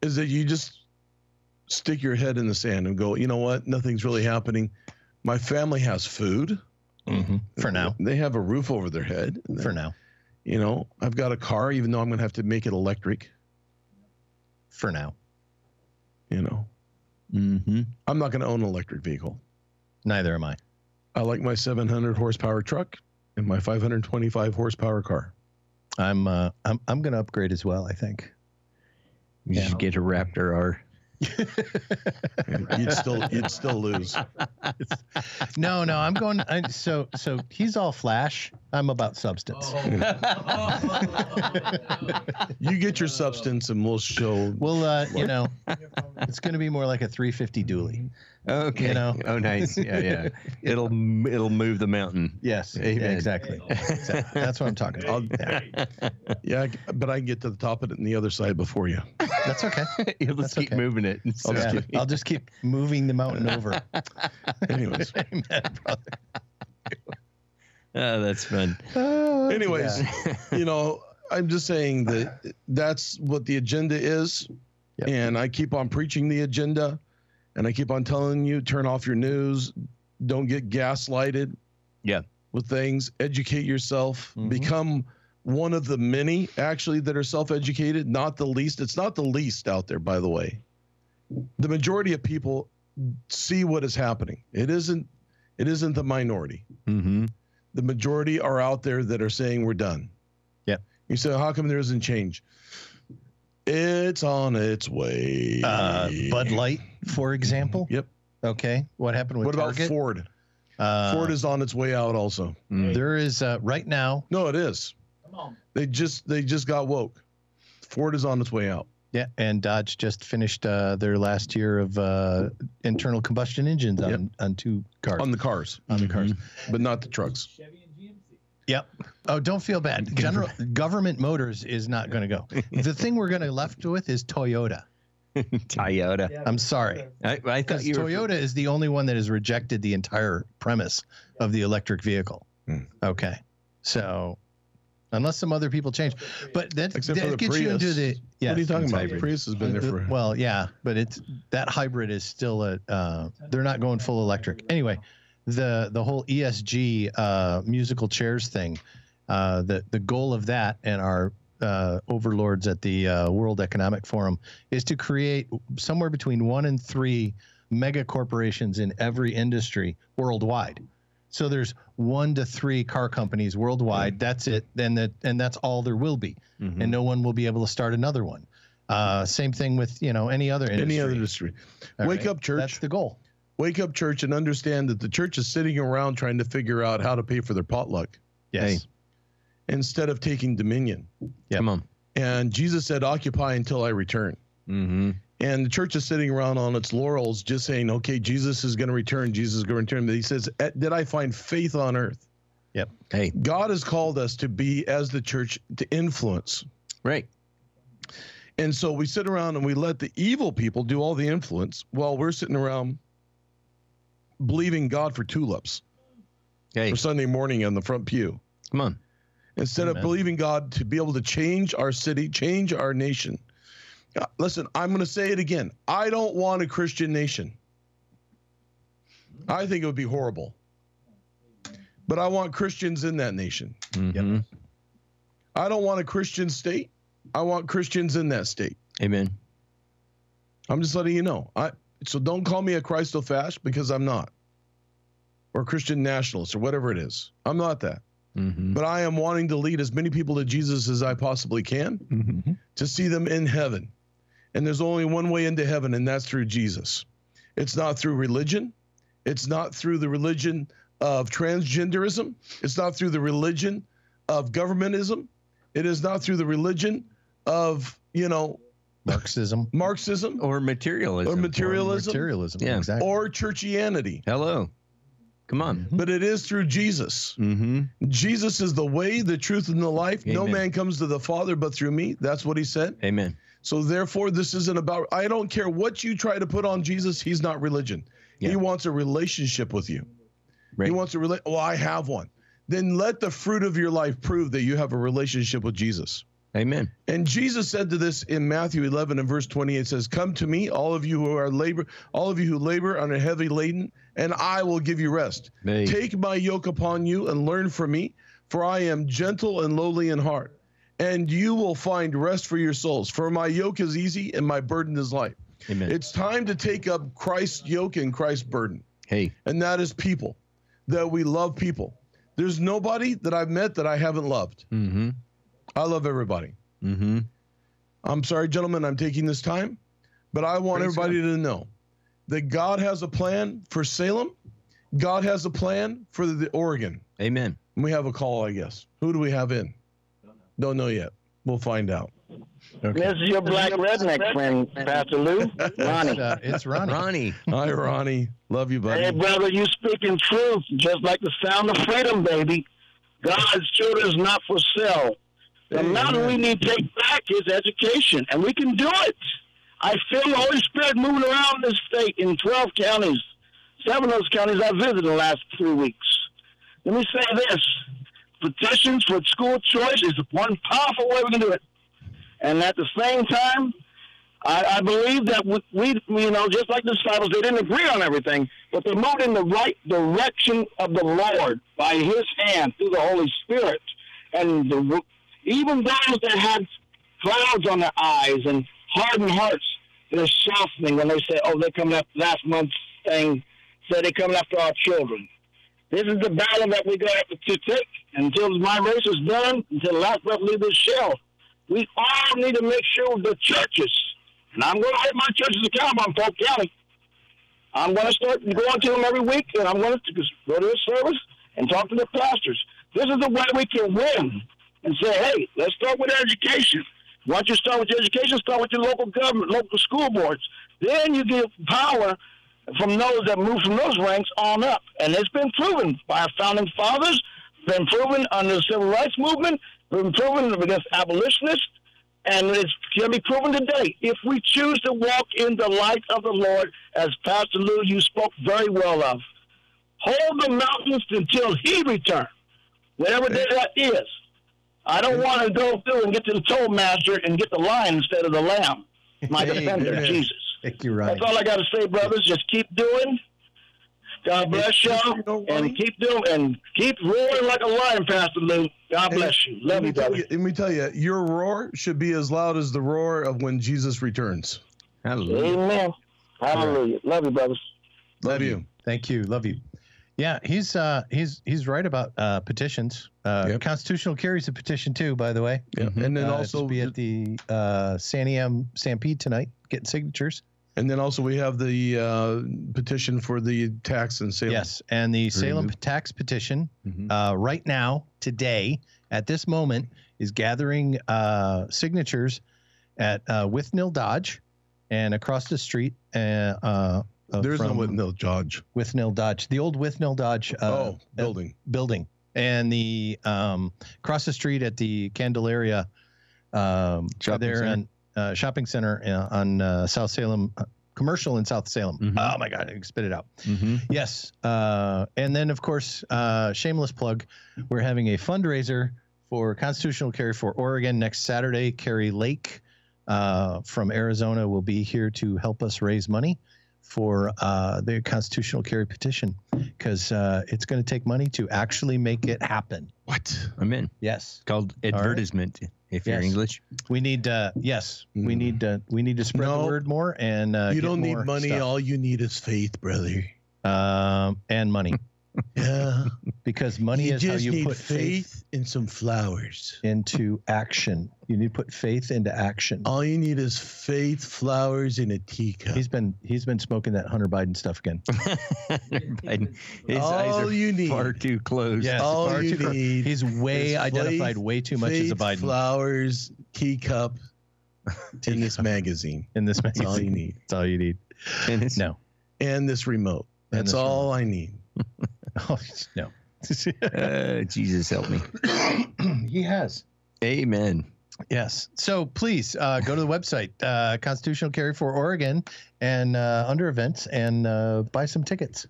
Speaker 2: Is that you just stick your head in the sand and go, you know what? Nothing's really happening. My family has food.
Speaker 3: Mm-hmm.
Speaker 4: For now.
Speaker 2: They have a roof over their head.
Speaker 4: For now.
Speaker 2: You know, I've got a car, even though I'm going to have to make it electric.
Speaker 4: For now.
Speaker 2: You know,
Speaker 3: Mm-hmm.
Speaker 2: I'm not going to own an electric vehicle.
Speaker 4: Neither am I.
Speaker 2: I like my 700 horsepower truck and my 525 horsepower car.
Speaker 4: I'm uh, I'm I'm gonna upgrade as well.
Speaker 2: [LAUGHS]
Speaker 4: I think.
Speaker 3: You
Speaker 4: Yeah.
Speaker 3: should get a Raptor R.
Speaker 2: You'd still, you'd still lose.
Speaker 4: No, no, I'm going. I, so so he's all flash. I'm about
Speaker 2: Oh. [LAUGHS]
Speaker 4: substance.
Speaker 2: You get your substance, and we'll show.
Speaker 4: Well, uh, you know, it's gonna be more like a 350 dually.
Speaker 3: okay.
Speaker 4: You know?
Speaker 3: [LAUGHS] Oh, nice. Yeah, yeah. It'll m- it'll move the [LAUGHS] mountain.
Speaker 4: Yes.
Speaker 3: Amen.
Speaker 4: yeah, exactly. Exactly. That's what I'm talking about. Yeah.
Speaker 2: Yeah, I c- but I can get to the top of it and the other side before you.
Speaker 4: That's okay.
Speaker 3: You'll
Speaker 4: That's
Speaker 3: just keep
Speaker 4: okay.
Speaker 3: moving it.
Speaker 4: I'll,
Speaker 3: [LAUGHS] So-
Speaker 4: just keep, I'll just keep moving the
Speaker 2: [LAUGHS]
Speaker 4: mountain over.
Speaker 2: Anyways,
Speaker 4: Amen, brother.
Speaker 3: Oh, that's fun.
Speaker 4: Oh,
Speaker 2: Ah, Anyways. you know, I'm just saying that that's what the agenda is,
Speaker 4: Yep.
Speaker 2: and I keep on preaching the agenda, and I keep on telling you, turn off your news, don't get gaslighted.
Speaker 3: Yeah.
Speaker 2: With things, educate yourself,
Speaker 4: Mhm.
Speaker 2: become one of the many actually that are self-educated, not the least. It's not the least out there, by the way. The majority of people see what is happening. It isn't. It isn't the minority
Speaker 3: Mm-hmm.
Speaker 2: the majority are out there that are saying we're done.
Speaker 4: Yep.
Speaker 2: You say, how come there isn't change? It's on its way.
Speaker 4: Uh, Bud Light, for example.
Speaker 2: Yep.
Speaker 4: Okay. What happened with
Speaker 2: What about
Speaker 4: Target?
Speaker 2: Ford?
Speaker 4: Uh,
Speaker 2: Ford is on its way out also.
Speaker 3: mm-hmm,
Speaker 4: there is uh, right now.
Speaker 2: No, it is. They just they just got woke. Ford is on its way out.
Speaker 4: Yeah, and Dodge just finished uh, their last year of uh, internal combustion engines on,
Speaker 2: Yep.
Speaker 4: on two cars.
Speaker 2: On the Mm-hmm. cars,
Speaker 4: on the
Speaker 3: mm-hmm.
Speaker 4: cars.
Speaker 2: but not the trucks.
Speaker 4: Oh, don't feel
Speaker 2: [LAUGHS]
Speaker 4: bad. General Government Motors is not going to go. The thing we're going to left with is Toyota.
Speaker 3: Toyota.
Speaker 4: I'm sorry,
Speaker 3: I, I thought
Speaker 4: because
Speaker 3: you were
Speaker 4: Toyota is the only one that has rejected the entire premise of the electric vehicle.
Speaker 2: Hmm.
Speaker 4: Okay, so unless some other people change,
Speaker 2: [LAUGHS]
Speaker 4: but that,
Speaker 2: Except for
Speaker 4: that
Speaker 2: the
Speaker 4: gets you into
Speaker 2: Prius.
Speaker 4: the yeah.
Speaker 2: what are you talking
Speaker 3: it's
Speaker 2: about?
Speaker 3: hybrid.
Speaker 2: Prius has been there
Speaker 4: Uh,
Speaker 2: for
Speaker 4: well yeah but it's that hybrid is still a uh, they're not going E full electric anyway the the whole esg uh, musical chairs thing Uh, the the goal of that and our uh, overlords at the uh, World Economic Forum is to create somewhere between one and three mega corporations in every industry worldwide. So there's one to three car companies
Speaker 2: Mm.
Speaker 4: worldwide. That's it. Then that and that's all there will be,
Speaker 3: Mhm.
Speaker 4: and no one will be able to start another one. Uh, same thing with you know any other industry.
Speaker 2: Any other industry.
Speaker 4: All
Speaker 2: Wake
Speaker 4: right?
Speaker 2: up, church.
Speaker 4: That's the goal.
Speaker 2: Wake up, church, and understand that the church is sitting around trying to figure out how to pay for their potluck
Speaker 4: Yes.
Speaker 2: instead of taking dominion.
Speaker 4: Yeah.
Speaker 3: Come on.
Speaker 2: And Jesus said, Occupy until I return.
Speaker 3: Mm-hmm.
Speaker 2: And the church is sitting around on its laurels, just saying, Okay, Jesus is going to return. Jesus is going to return. But he says, "Eh, Did I find faith on earth?
Speaker 3: Hey,
Speaker 2: God has called us to be, as the church, to influence.
Speaker 3: right.
Speaker 2: And so we sit around and we let the evil people do all the influence while we're sitting around believing God for tulips
Speaker 3: Hey,
Speaker 2: for Sunday morning on the front pew.
Speaker 3: come on.
Speaker 2: Instead of
Speaker 4: Amen.
Speaker 2: believing God to be able to change our city, change our nation. Uh, Listen, I'm going to say it again. I don't want a Christian nation. I think it would be horrible. But I want Christians in that nation.
Speaker 3: Mhm.
Speaker 2: I don't want a Christian state. I want Christians in that state.
Speaker 3: Amen.
Speaker 2: I'm just letting you know. I so don't call me a Christofash because I'm not, or Christian nationalist or whatever it is. I'm not that.
Speaker 3: Mm-hmm.
Speaker 2: But I am wanting to lead as many people to Jesus as I possibly can
Speaker 3: Mm-hmm.
Speaker 2: to see them in heaven. And there's only one way into heaven, and that's through Jesus. It's not through religion. It's not through the religion of transgenderism. It's not through the religion of governmentism. It is not through the religion of, you know,
Speaker 4: Marxism.
Speaker 2: Marxism
Speaker 3: Or materialism.
Speaker 2: or [LAUGHS] materialism.
Speaker 4: Materialism.
Speaker 3: Yeah.
Speaker 4: Exactly. Mhm.
Speaker 2: or churchianity,
Speaker 3: Hello. Come on.
Speaker 2: but it is through Jesus.
Speaker 3: Mm-hmm.
Speaker 2: Jesus is the way, the truth, and the life. No
Speaker 3: Amen.
Speaker 2: man comes to the Father but through me. That's what he said.
Speaker 3: Amen.
Speaker 2: So, therefore, this isn't about, I don't care what you try to put on Jesus, he's not religion. He
Speaker 3: Yeah.
Speaker 2: wants a relationship with you.
Speaker 3: Right.
Speaker 2: He wants a rela- well, I have one. Then let the fruit of your life prove that you have a relationship with Jesus.
Speaker 3: Amen.
Speaker 2: And Jesus said to this in Matthew 11 and verse 28 says, "Come to me, all of you who are labor, all of you who labor and are heavy laden, and I will give you rest.
Speaker 3: Hey.
Speaker 2: Take my yoke upon you and learn from me, for I am gentle and lowly in heart, and you will find rest for your souls. For my yoke is easy and my burden is light."
Speaker 3: Amen.
Speaker 2: It's time to take up Christ's yoke and Christ's burden
Speaker 3: hey.
Speaker 2: and that is people. That we love people. There's nobody that I've met that I haven't loved.
Speaker 3: Mm-hmm.
Speaker 2: I love everybody.
Speaker 3: Mm-hmm.
Speaker 2: I'm sorry, gentlemen, I'm taking this time, but I want
Speaker 3: Praise
Speaker 2: everybody to know that God has a plan for Salem. God has a plan for the Oregon.
Speaker 3: Amen.
Speaker 2: We have a call, I guess. Who do we have in? Don't know yet. We'll find
Speaker 4: [LAUGHS]
Speaker 2: out.
Speaker 4: Okay.
Speaker 5: This is your black redneck friend, Pastor [LAUGHS] Lou.
Speaker 4: It's,
Speaker 5: Ronnie.
Speaker 4: uh, it's Ronnie.
Speaker 3: Ronnie.
Speaker 2: Hi, Ronnie. Love you,
Speaker 5: Hey,
Speaker 2: buddy.
Speaker 5: brother, you speaking truth, just like the sound of freedom, baby. God's children is not for sale. The
Speaker 2: Amen.
Speaker 5: mountain we need to take back is education, and we can do it. I feel the Holy Spirit moving around this state in 12 counties. Seven of those counties I visited the last three weeks. Let me say this. Petitions for school choice is one powerful way we can do it. And at the same time, I, I believe that we, we, you know, just like the disciples, they didn't agree on everything, but they moved in the right direction of the Lord by His hand through the Holy Spirit. And the, even those that had clouds on their eyes and hardened hearts, they're softening when they say, "Oh, they're coming after last month's thing." Say they're coming after our children. This is the battle that we got to take until my race is done, until the last breath leaves this shell. We all need to make sure the churches and I'm going to hold my churches accountable in Polk County. I'm going to start going to them every week, and I'm going to go to their service and talk to their pastors. This is the way we can win and say, hey, let's start with education. Once you start with your education, start with your local government, local school boards. Then you get power from those that move from those ranks on up. And it's been proven by our founding fathers, been proven under the civil rights movement, been proven against abolitionists, and it can be proven today if we choose to walk in the light of the Lord, as Pastor Lou, you spoke very well of. Hold the mountains until He returns, whatever day that is. I don't want to go through and get to the toll master and get the lion instead of the lamb, my
Speaker 2: [LAUGHS]
Speaker 5: defender,
Speaker 2: amen.
Speaker 5: Jesus.
Speaker 4: Thank you,
Speaker 5: That's
Speaker 4: Ronnie.
Speaker 5: all I got to say, brothers. Just keep doing God bless y'all,
Speaker 2: You know, Ronnie,
Speaker 5: and keep doing and keep roaring like a lion, Pastor Lou. God
Speaker 2: And-
Speaker 5: bless you.
Speaker 2: let
Speaker 5: Love
Speaker 2: me
Speaker 5: you,
Speaker 2: tell
Speaker 5: brother.
Speaker 2: you. Let me tell you, your roar should be as loud as the roar of when Jesus returns.
Speaker 3: Hallelujah.
Speaker 5: Amen. Hallelujah. Love you, brothers.
Speaker 2: Love
Speaker 4: Love you.
Speaker 2: you.
Speaker 4: Thank you. Love you. Yeah, he's uh, he's he's right about uh, petitions. Uh,
Speaker 2: Yep.
Speaker 4: Constitutional carries a petition too, by the way.
Speaker 3: Mhm.
Speaker 2: And then
Speaker 4: Uh,
Speaker 2: also,
Speaker 4: just be at the uh, Saniam Stampede tonight, getting signatures.
Speaker 2: and then also, we have the uh, petition for the tax and sale.
Speaker 4: Yes, and the Salem
Speaker 3: Remove.
Speaker 4: tax petition
Speaker 3: Mhm.
Speaker 4: uh, right now, today, at this moment, is gathering uh, signatures at uh, Withnell Dodge, and across the street. Uh, uh, uh,
Speaker 2: There's no
Speaker 4: from
Speaker 2: with no judge.
Speaker 4: Withnell Dodge, the old Withnell Dodge uh,
Speaker 2: oh,
Speaker 4: uh,
Speaker 2: building.
Speaker 4: building and the um across the street at the Candelaria um
Speaker 3: Shopping
Speaker 4: there
Speaker 3: center.
Speaker 4: on uh, shopping center uh, on uh, South Salem uh, commercial in South Salem.
Speaker 2: Mm-hmm.
Speaker 3: Mhm.
Speaker 4: Oh my god, I can spit it out.
Speaker 3: Mhm.
Speaker 4: Yes. Uh and then of course uh shameless plug, we're having a fundraiser for constitutional carry for Oregon next Saturday. Carrie Lake uh, from Arizona will be here to help us raise money for uh, the constitutional carry petition because uh, it's going to take money to actually make it happen.
Speaker 2: What?
Speaker 3: I'm in.
Speaker 4: Yes,
Speaker 3: It's called advertisement if you're
Speaker 4: Yes.
Speaker 2: [LAUGHS]
Speaker 3: English.
Speaker 4: we need. Uh, yes, we
Speaker 2: Mm.
Speaker 4: need. Uh, we need to spread
Speaker 2: No.
Speaker 4: the word more and uh,
Speaker 2: you
Speaker 4: get
Speaker 2: don't need
Speaker 4: more
Speaker 2: money.
Speaker 4: stuff.
Speaker 2: All you need is faith, brother.
Speaker 4: um, and money [LAUGHS]
Speaker 2: Yeah.
Speaker 4: because money
Speaker 2: you
Speaker 4: is how
Speaker 2: just
Speaker 4: you
Speaker 2: need
Speaker 4: put faith.
Speaker 2: faith and some flowers.
Speaker 4: into action. You need to put faith into action.
Speaker 2: All you need is faith, flowers, and a teacup.
Speaker 4: He's been he's been smoking that Hunter Biden stuff again.
Speaker 3: Biden, his eyes
Speaker 2: all
Speaker 3: are
Speaker 2: you need.
Speaker 3: far too closed.
Speaker 4: Yes.
Speaker 2: all
Speaker 4: far
Speaker 2: you
Speaker 4: too far.
Speaker 2: need.
Speaker 4: [LAUGHS] He's way
Speaker 2: It's
Speaker 4: identified
Speaker 2: faith-
Speaker 4: way too much as a
Speaker 2: faith,
Speaker 4: Biden
Speaker 2: Flowers,
Speaker 4: [LAUGHS]
Speaker 2: teacup, in this magazine.
Speaker 4: in this
Speaker 2: That's all you
Speaker 4: magazine.
Speaker 2: need.
Speaker 4: That's all you [LAUGHS] need.
Speaker 2: [LAUGHS]
Speaker 3: Dennis.
Speaker 4: No.
Speaker 2: And this remote.
Speaker 4: And
Speaker 2: That's
Speaker 4: this
Speaker 2: all I need.
Speaker 4: Oh, no.
Speaker 3: Uh, Jesus help me.
Speaker 4: he has.
Speaker 3: Amen.
Speaker 4: Yes. So please uh, go to the website, uh, Constitutional Carry for Oregon, and uh, under events, and uh, buy some tickets.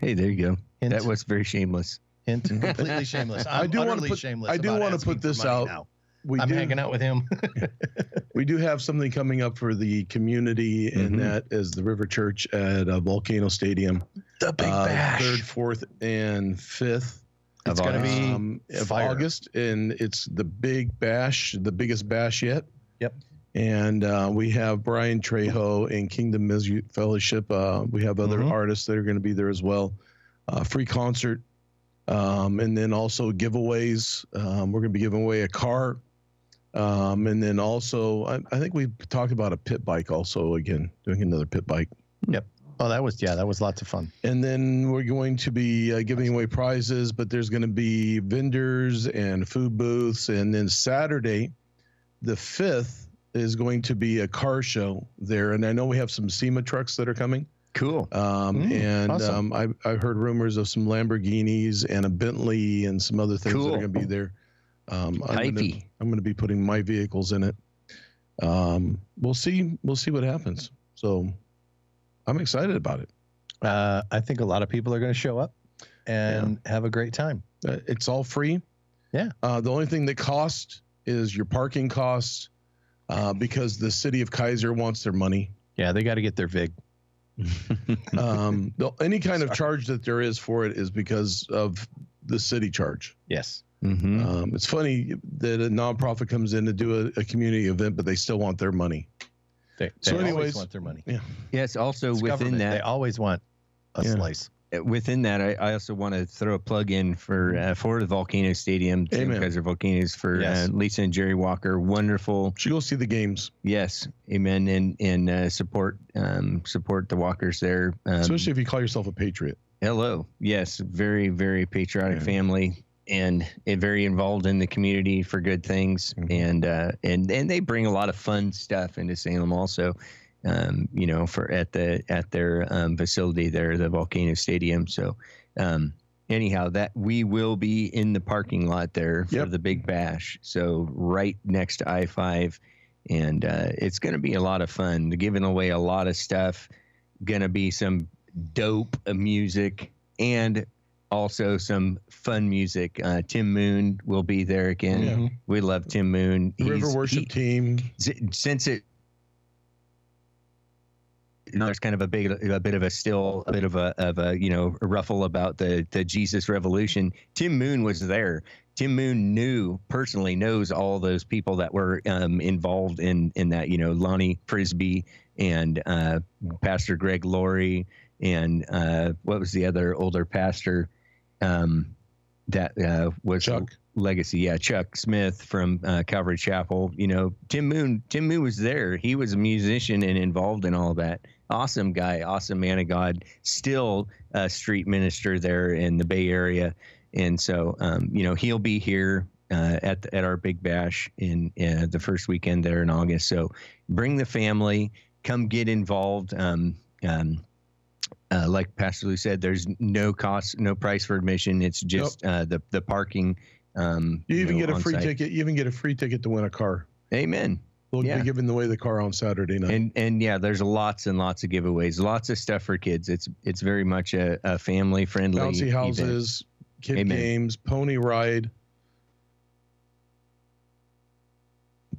Speaker 3: Hey, there you go.
Speaker 4: Hint,
Speaker 3: That was very shameless.
Speaker 4: hint, completely shameless. I'm
Speaker 2: I do wanna
Speaker 4: utterly
Speaker 2: put-
Speaker 4: shameless.
Speaker 2: I do
Speaker 4: about
Speaker 2: wanna
Speaker 4: asking
Speaker 2: put
Speaker 4: for
Speaker 2: this
Speaker 4: money
Speaker 2: out.
Speaker 4: now.
Speaker 2: We
Speaker 4: I'm
Speaker 2: do,
Speaker 4: hanging out with him. [LAUGHS]
Speaker 2: we do have something coming up for the community,
Speaker 3: Mhm.
Speaker 4: Mm-hmm.
Speaker 2: and that is the River Church at uh, Volcano Stadium.
Speaker 4: the Big
Speaker 2: uh,
Speaker 4: Bash.
Speaker 2: Third, fourth, and fifth.
Speaker 4: It's
Speaker 3: Of
Speaker 4: gonna
Speaker 3: ours.
Speaker 4: be-
Speaker 2: of
Speaker 4: fire.
Speaker 2: August, and it's the big bash, the biggest bash yet.
Speaker 4: Yep.
Speaker 2: And uh, we have Brian Trejo and Kingdom Music Fellowship. Uh, we have other
Speaker 4: Mhm.
Speaker 2: artists that are going to be there as well. Uh, free concert, um, and then also giveaways. Um, we're going to be giving away a car, um, and then also I, I think we talked about a pit bike. Also, again, doing another pit bike.
Speaker 4: Oh, that was yeah, that was lots of fun.
Speaker 2: And then we're going to be uh, giving away prizes, but there's going to be vendors and food booths. And then Saturday, the 5th, is going to be a car show there. And I know we have some SEMA trucks that are coming.
Speaker 3: Cool.
Speaker 2: Um,
Speaker 4: Mm,
Speaker 2: and
Speaker 4: awesome.
Speaker 2: um, I, I heard rumors of some Lamborghinis and a Bentley and some other things that
Speaker 3: Cool.
Speaker 2: are going to be there. Um, I'm going
Speaker 3: Hypey.
Speaker 2: to be putting my vehicles in it. Um, we'll see. We'll see what happens. So I'm excited about it.
Speaker 4: Uh, I think a lot of people are going to show up and have a great time.
Speaker 2: Uh, It's all free.
Speaker 4: Yeah.
Speaker 2: Uh, the only thing that costs is your parking costs, uh, because the city of Kaiser wants their
Speaker 3: [LAUGHS]
Speaker 2: money.
Speaker 4: Yeah, they got to get their vig.
Speaker 2: Um, the, any kind of
Speaker 4: Sorry.
Speaker 2: charge that there is for it is because of the city charge.
Speaker 4: Yes.
Speaker 3: Mhm.
Speaker 2: Um, it's funny that a nonprofit comes in to do a, a community event, but they still want their money.
Speaker 4: They, they
Speaker 2: So
Speaker 4: always
Speaker 2: anyways-
Speaker 4: want their money.
Speaker 3: yes. Also
Speaker 4: It's
Speaker 3: within
Speaker 4: government. they
Speaker 3: that,
Speaker 4: always want a
Speaker 2: Yeah.
Speaker 4: slice.
Speaker 3: within that, I, I also want to throw a plug in for uh, for the Volcano Stadium, Sam
Speaker 2: Mm-hmm. Amen.
Speaker 3: Kaiser Volcanoes, for uh,
Speaker 4: Yes.
Speaker 3: Lisa and Jerry Walker. Wonderful.
Speaker 2: Should go see the games,
Speaker 3: Yes. Amen. And and uh, support um, support the Walkers there. Um,
Speaker 2: especially if you call yourself a patriot.
Speaker 3: Hello. Yes, very, very patriotic
Speaker 2: Yeah.
Speaker 3: family and uh, very involved in the community for good things.
Speaker 2: Mhm.
Speaker 3: And uh, and and they bring a lot of fun stuff into Salem also. Um, you know, for at the at their um, facility there, the Volcano Stadium. So um, anyhow, that we will be in the parking lot there for
Speaker 2: Yep.
Speaker 3: the Big Bash. So right next to I five, and uh, it's going to be a lot of fun. They're giving away a lot of stuff. Going to be some dope uh, music and also some fun music. Uh, Tim Moon will be there again.
Speaker 2: Yeah.
Speaker 3: We love Tim Moon.
Speaker 2: River
Speaker 3: He's-
Speaker 2: worship
Speaker 3: he-
Speaker 2: team.
Speaker 3: s- since it you know, there's kind of a big, a bit of a still, a bit of a, of a, you know, a ruffle about the the Jesus Revolution. Tim Moon was there. Tim Moon knew personally knows all those people that were um, involved in in that. You know, Lonnie Frisbee and uh, Pastor Greg Laurie and uh, what was the other older pastor um, that uh, was
Speaker 4: Chuck.
Speaker 3: legacy? Yeah, Chuck Smith from uh, Calvary Chapel. You know, Tim Moon. Tim Moon was there. He was a musician and involved in all that. Awesome guy, awesome man of God. Still a street minister there in the Bay Area, and so um, you know he'll be here. Uh, at at our big bash in uh, the first weekend there in August, so bring the family, come get involved. Um, um, uh, like Pastor Lou said, there's no cost, no price for admission. It's just uh, the the parking. Um,
Speaker 2: You even
Speaker 3: know,
Speaker 2: get a
Speaker 3: on
Speaker 2: free
Speaker 3: site.
Speaker 2: ticket. You even get a free ticket to win a car.
Speaker 3: Amen.
Speaker 2: They'll
Speaker 3: Yeah.
Speaker 2: be giving away the car on Saturday night.
Speaker 3: And and yeah, there's lots and lots of giveaways, lots of stuff for kids. It's it's very much a, a family friendly.
Speaker 2: Bouncy houses, kid
Speaker 3: Amen.
Speaker 2: games, pony ride.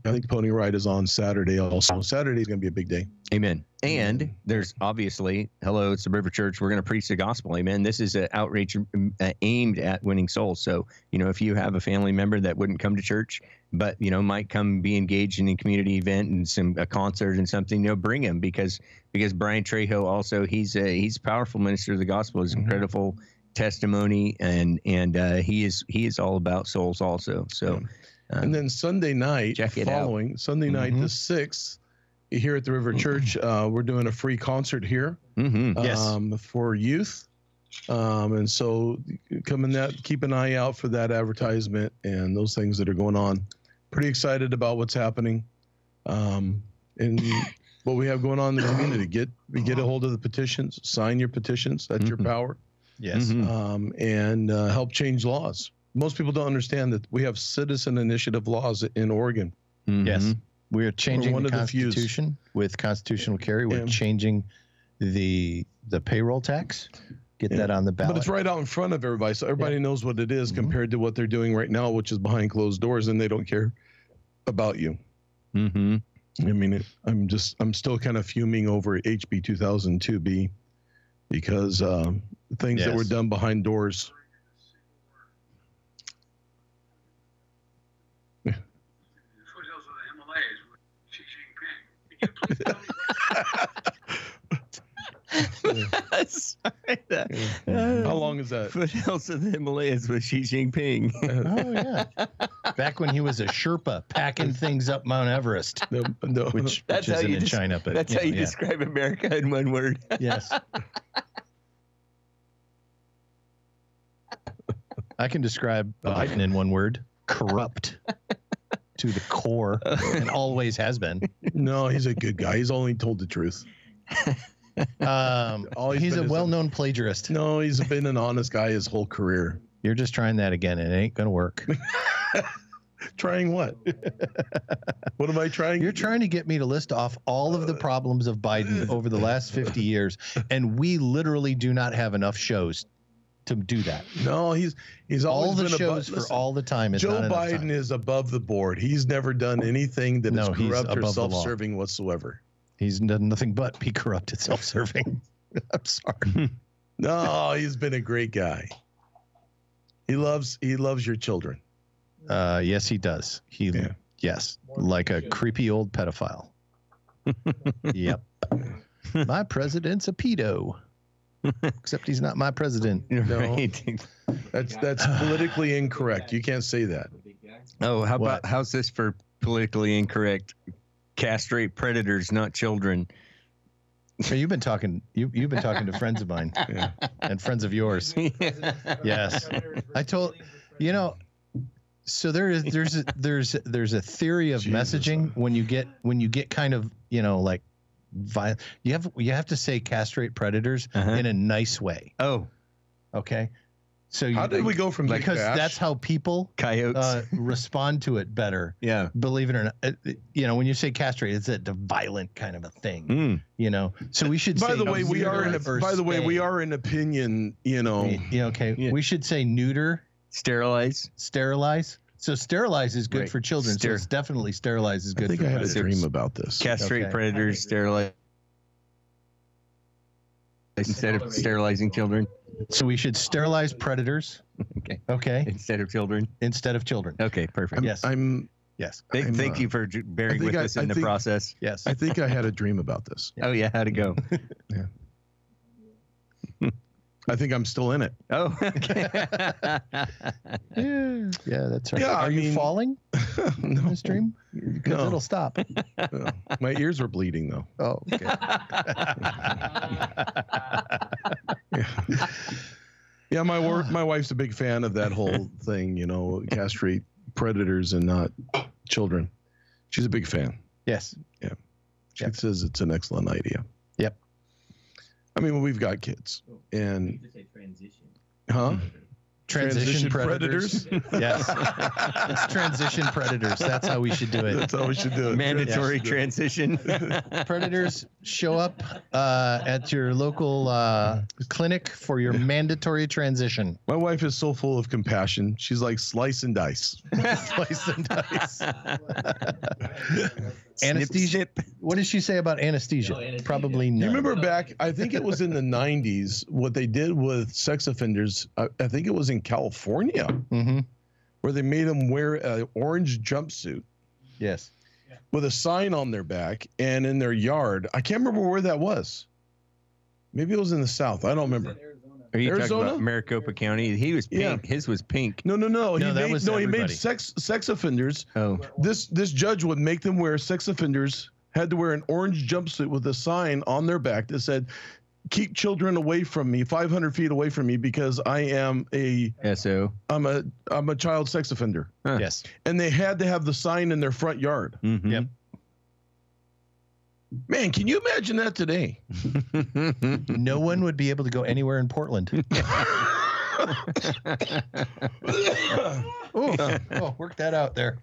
Speaker 2: I think pony ride is on Saturday also. Saturday's going to be a big day.
Speaker 3: Amen. And
Speaker 2: Amen.
Speaker 3: there's obviously, hello, it's the River Church. We're going to preach the gospel. Amen. This is an outreach um, uh, aimed at winning souls. So, you know, if you have a family member that wouldn't come to church, but, you know, might come be engaged in a community event and some a concert and something, you know, bring him because because Brian Trejo also he's a he's a powerful minister of the gospel. He's
Speaker 2: Mhm.
Speaker 3: incredible testimony and and uh, he is he is all about souls also. So, um,
Speaker 2: And then Sunday night,
Speaker 3: Check it out. Mm-hmm.
Speaker 2: following Sunday night the sixth, here at the River Church, uh, we're doing a free concert here
Speaker 3: mhm.
Speaker 4: Yes.
Speaker 2: um, for youth. Um, and so, come in that, keep an eye out for that advertisement and those things that are going on. Pretty excited about what's happening, um,
Speaker 4: [LAUGHS]
Speaker 2: and what we have going on in the community. Get get a hold of the petitions, sign your petitions. That's your
Speaker 3: Mhm.
Speaker 2: power,
Speaker 4: Mm-hmm. Yes. Mm-hmm.
Speaker 3: Mhm.
Speaker 2: um, and uh, help change laws. Most people don't understand that we have citizen initiative laws in Oregon.
Speaker 3: Mm-hmm.
Speaker 4: Yes. We are changing
Speaker 2: one
Speaker 4: the
Speaker 2: of the few-
Speaker 4: constitution with constitutional carry. We're
Speaker 2: Yeah.
Speaker 4: changing the the payroll tax. Get
Speaker 2: Yeah.
Speaker 4: that on the
Speaker 2: But
Speaker 4: ballot.
Speaker 2: it's right out in front of everybody, so everybody knows what it is
Speaker 4: Mhm.
Speaker 2: compared to what they're doing right now, which is behind closed doors, and they don't care about you.
Speaker 3: Mm-hmm.
Speaker 2: I mean, it, I'm just, I'm still kind of fuming over HB 2002B because um, things that were
Speaker 4: Yes.
Speaker 2: done behind doors.
Speaker 6: foothills of the Himalayas with Xi Jinping. Could you please tell me
Speaker 3: [LAUGHS] Sorry, Uh, that-
Speaker 4: Yeah.
Speaker 2: How long is that?
Speaker 3: Foothills of the Himalayas with Xi Jinping.
Speaker 2: Uh,
Speaker 4: Oh yeah. Back when he was a Sherpa packing things up
Speaker 2: [LAUGHS]
Speaker 4: Mount Everest,
Speaker 2: [LAUGHS] No, no.
Speaker 4: which,
Speaker 3: That's
Speaker 4: which
Speaker 3: how
Speaker 4: isn't
Speaker 3: you
Speaker 4: in
Speaker 3: des-
Speaker 4: China,
Speaker 3: [LAUGHS]
Speaker 4: but
Speaker 3: That's
Speaker 4: you
Speaker 3: how
Speaker 4: know,
Speaker 3: you
Speaker 4: yeah.
Speaker 3: describe America in one word. [LAUGHS]
Speaker 4: yes. I can describe Biden in one word: corrupt to the core, and always has been.
Speaker 2: no, he's a good guy. He's only told the truth. [LAUGHS]
Speaker 4: Um,
Speaker 2: All he's
Speaker 4: he's
Speaker 2: been
Speaker 4: a
Speaker 2: is a-
Speaker 4: well-known plagiarist.
Speaker 2: No, he's been an honest guy his whole career.
Speaker 4: You're just trying that again. It ain't gonna work.
Speaker 2: Trying what? what am I trying?
Speaker 4: You're trying to get me to list off all of the problems of Biden over the last 50 years, and we literally do not have enough shows to do that.
Speaker 2: No, he's he's always
Speaker 4: All the
Speaker 2: been
Speaker 4: shows
Speaker 2: a bu-
Speaker 4: for
Speaker 2: listen,
Speaker 4: all the time. It's
Speaker 2: Joe
Speaker 4: not enough
Speaker 2: Biden
Speaker 4: time.
Speaker 2: is above the board. He's never done anything that is
Speaker 4: No, he's
Speaker 2: corrupt or
Speaker 4: above the law.
Speaker 2: self-serving whatsoever.
Speaker 4: He's done nothing but be corrupt and self-serving. [LAUGHS] I'm sorry. [LAUGHS]
Speaker 2: No, he's been a great guy. He loves he loves your children.
Speaker 4: Uh, yes, he does. He
Speaker 2: Yeah.
Speaker 4: yes, like a creepy old pedophile. [LAUGHS] yep. My president's a pedo. Except he's not my president.
Speaker 3: Right.
Speaker 2: That's that's politically incorrect. You can't say that.
Speaker 3: Oh, how
Speaker 4: What?
Speaker 3: about how's this for politically incorrect? Castrate predators,
Speaker 2: [LAUGHS]
Speaker 3: not children.
Speaker 4: So you've been talking. You you've been talking to friends of [LAUGHS] mine
Speaker 2: Yeah.
Speaker 4: and friends of yours. Yes.
Speaker 3: Uh-huh.
Speaker 4: I told you know. So there is there's a, there's there's a theory of
Speaker 2: Jesus.
Speaker 4: messaging when you get when you get kind of you know like, vi- you have you have to say castrate predators
Speaker 3: Uh-huh.
Speaker 4: in a nice way.
Speaker 3: Oh,
Speaker 4: Okay. So you,
Speaker 2: How did we go from Big
Speaker 4: because
Speaker 2: Bash?
Speaker 4: that's how people
Speaker 3: coyotes.
Speaker 4: uh,
Speaker 2: [LAUGHS]
Speaker 4: respond to it better.
Speaker 3: yeah.
Speaker 4: Believe it or not, It- it- you know when you say castrate, it's a violent kind of a thing.
Speaker 3: Mm.
Speaker 4: You know, so we should.
Speaker 2: Hmm. by
Speaker 4: say
Speaker 2: the way we are in a,
Speaker 4: neuter or
Speaker 2: by the way we
Speaker 4: spay.
Speaker 2: are in opinion. You know,
Speaker 4: Yeah, okay.
Speaker 3: Yeah.
Speaker 4: We should say neuter,
Speaker 3: Sterilize.
Speaker 4: sterilize. So sterilize is good
Speaker 3: Right.
Speaker 4: for children.
Speaker 3: Ster-
Speaker 4: so it's definitely sterilize is
Speaker 2: I
Speaker 4: good
Speaker 2: think
Speaker 4: for
Speaker 2: I had a
Speaker 4: predators.
Speaker 2: dream about this.
Speaker 3: Castrate
Speaker 4: Okay.
Speaker 3: predators, sterilize. instead of sterilizing children.
Speaker 4: So we should
Speaker 2: [LAUGHS]
Speaker 4: sterilize predators.
Speaker 3: Okay.
Speaker 4: Okay.
Speaker 3: Instead of children.
Speaker 4: Instead of children.
Speaker 3: Okay, perfect.
Speaker 2: I'm,
Speaker 4: Yes.
Speaker 2: I'm.
Speaker 4: Yes.
Speaker 3: Thank,
Speaker 2: I'm,
Speaker 3: thank
Speaker 2: uh,
Speaker 3: you for j-
Speaker 2: I
Speaker 3: bearing
Speaker 2: think
Speaker 3: with
Speaker 2: I-
Speaker 3: us in
Speaker 2: I
Speaker 3: the
Speaker 2: think-
Speaker 3: process.
Speaker 4: Yes.
Speaker 2: I think I had a dream about this.
Speaker 3: Oh yeah, how'd it go?
Speaker 2: I think I'm still in it.
Speaker 3: [LAUGHS] Oh, okay.
Speaker 4: Yeah. Yeah, that's right.
Speaker 2: Yeah,
Speaker 4: Are
Speaker 2: I
Speaker 4: you
Speaker 2: mean-
Speaker 4: falling
Speaker 2: [LAUGHS]
Speaker 4: in
Speaker 2: no,
Speaker 4: [LAUGHS] this dream? Because
Speaker 2: No.
Speaker 4: it'll stop.
Speaker 2: no. my ears were bleeding though.
Speaker 4: Oh, okay.
Speaker 7: [LAUGHS]
Speaker 2: Yeah, yeah my wor- my wife's a big fan of that whole thing. You know, castrate predators and not children. She's a big fan.
Speaker 4: yes.
Speaker 2: She
Speaker 4: Yeah.
Speaker 2: says it's an excellent idea.
Speaker 4: Yep.
Speaker 2: I mean, we've got kids and huh?
Speaker 4: Transition, predators. yes. It's transition predators. That's how we should do
Speaker 2: [LAUGHS]
Speaker 4: it.
Speaker 2: That's how we should do it.
Speaker 3: Mandatory
Speaker 2: Yeah.
Speaker 3: [LAUGHS] transition.
Speaker 4: predators show up uh, at your local uh, clinic for your
Speaker 2: [LAUGHS]
Speaker 4: mandatory transition.
Speaker 2: My wife is so full of compassion. She's like slice and
Speaker 4: [LAUGHS]
Speaker 2: dice.
Speaker 4: Slice and dice.
Speaker 3: Anesthesia.
Speaker 4: anesthesia. What did she say about anesthesia?
Speaker 7: Oh, anesthesia.
Speaker 4: Probably no.
Speaker 2: You remember back? I think it was in the '90s. What they did with sex offenders, I, I think it was in California,
Speaker 4: Mm-hmm.
Speaker 2: where they made them wear an orange jumpsuit
Speaker 4: Yes.
Speaker 2: with a sign on their back and in their yard. I can't remember where that was. Maybe it was in the South. I don't remember.
Speaker 3: Are you talking
Speaker 2: Arizona?
Speaker 3: about Maricopa County? He was
Speaker 2: Yeah.
Speaker 3: pink. His was pink.
Speaker 2: No, no, no.
Speaker 4: No,
Speaker 2: he
Speaker 4: that
Speaker 2: made,
Speaker 4: was
Speaker 2: no. He made
Speaker 4: everybody.
Speaker 2: sex sex offenders.
Speaker 3: Oh,
Speaker 2: This this judge would make them wear sex offenders had to wear an orange jumpsuit with a sign on their back that said, "Keep children away from me, 500 feet away from me, because I am a
Speaker 3: so.
Speaker 2: I'm a I'm a child sex offender."
Speaker 3: Huh.
Speaker 4: Yes.
Speaker 2: And they had to have the sign in their front yard.
Speaker 3: mhm. [LAUGHS]
Speaker 4: Yep.
Speaker 2: Man, can you imagine that today?
Speaker 4: No one would be able to go anywhere
Speaker 2: [LAUGHS]
Speaker 4: in Portland. oh, oh, work that out there.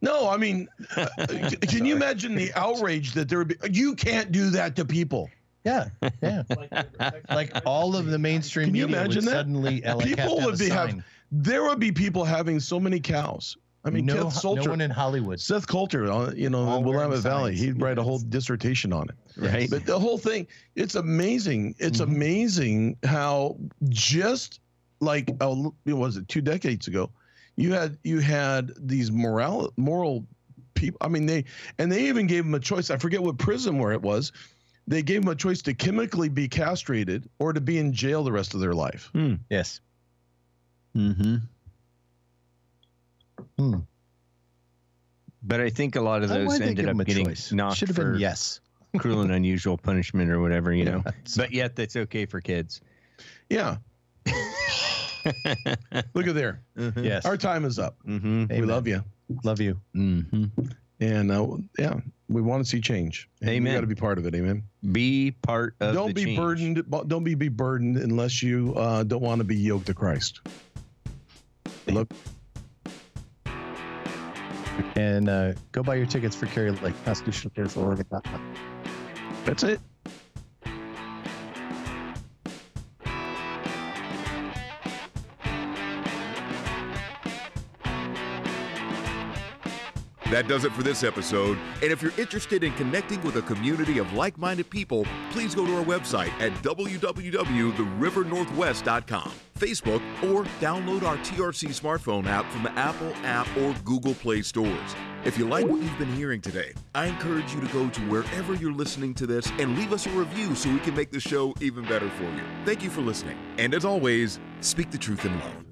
Speaker 2: No, I mean,
Speaker 4: [LAUGHS]
Speaker 2: uh, c- can you imagine the outrage that there would be? You can't do that to people.
Speaker 4: Yeah, yeah. [LAUGHS] [LAUGHS] Like all of the mainstream
Speaker 2: Can you
Speaker 4: media would
Speaker 2: imagine that?
Speaker 4: suddenly uh, like, have
Speaker 2: People
Speaker 4: to have
Speaker 2: would
Speaker 4: a
Speaker 2: be have-
Speaker 4: sign.
Speaker 2: There would be people having so many cows. I mean,
Speaker 4: no,
Speaker 2: Seth
Speaker 4: no
Speaker 2: Coulter,
Speaker 4: one in Hollywood.
Speaker 2: Seth Coulter, uh, you know,
Speaker 4: All
Speaker 2: in
Speaker 4: wearing
Speaker 2: Willamette Valley,
Speaker 4: signs.
Speaker 2: he'd write a whole dissertation on it.
Speaker 3: right.
Speaker 2: But the whole thing, it's amazing. It's
Speaker 4: Mhm.
Speaker 2: amazing how just like a l- what was it two decades ago, you had you had these moral moral people. I mean, they and they even gave them a choice. I forget what prison where it was. They gave them a choice to chemically be castrated or to be in jail the rest of their life.
Speaker 4: Yes.
Speaker 3: Mm-hmm.
Speaker 4: Hmm.
Speaker 3: But I think a lot of
Speaker 4: Uh,
Speaker 3: those
Speaker 4: why'd they
Speaker 3: ended
Speaker 4: give
Speaker 3: up
Speaker 4: him a
Speaker 3: getting
Speaker 4: choice?
Speaker 3: knocked
Speaker 4: Should have
Speaker 3: for
Speaker 4: been yes.
Speaker 3: [LAUGHS] cruel and unusual punishment or whatever, you know.
Speaker 4: That's-
Speaker 3: But yet, that's okay for kids.
Speaker 2: Yeah, look at there.
Speaker 4: yes.
Speaker 2: Our time is up.
Speaker 3: Mm-hmm.
Speaker 2: We
Speaker 4: Amen.
Speaker 2: love you,
Speaker 4: Love you.
Speaker 3: Mm-hmm.
Speaker 2: and uh, yeah, we want to see change. And
Speaker 3: Amen.
Speaker 2: You got to be part of it. Amen.
Speaker 3: Be part of.
Speaker 2: don't
Speaker 3: the
Speaker 2: be
Speaker 3: change.
Speaker 2: burdened bu- don't be, be burdened unless you uh, don't want to be yoked to christ
Speaker 4: And uh, go buy your tickets for Carrie Lake. Constitutional Cares
Speaker 2: that's it
Speaker 1: That does it for this episode. And if you're interested in connecting with a community of like minded people, please go to our website at www.therivernorthwest.com, Facebook, or download our TRC smartphone app from the Apple App or Google Play stores. If you like what you've been hearing today, I encourage you to go to wherever you're listening to this and leave us a review so we can make the show even better for you. Thank you for listening. And as always, speak the truth in love.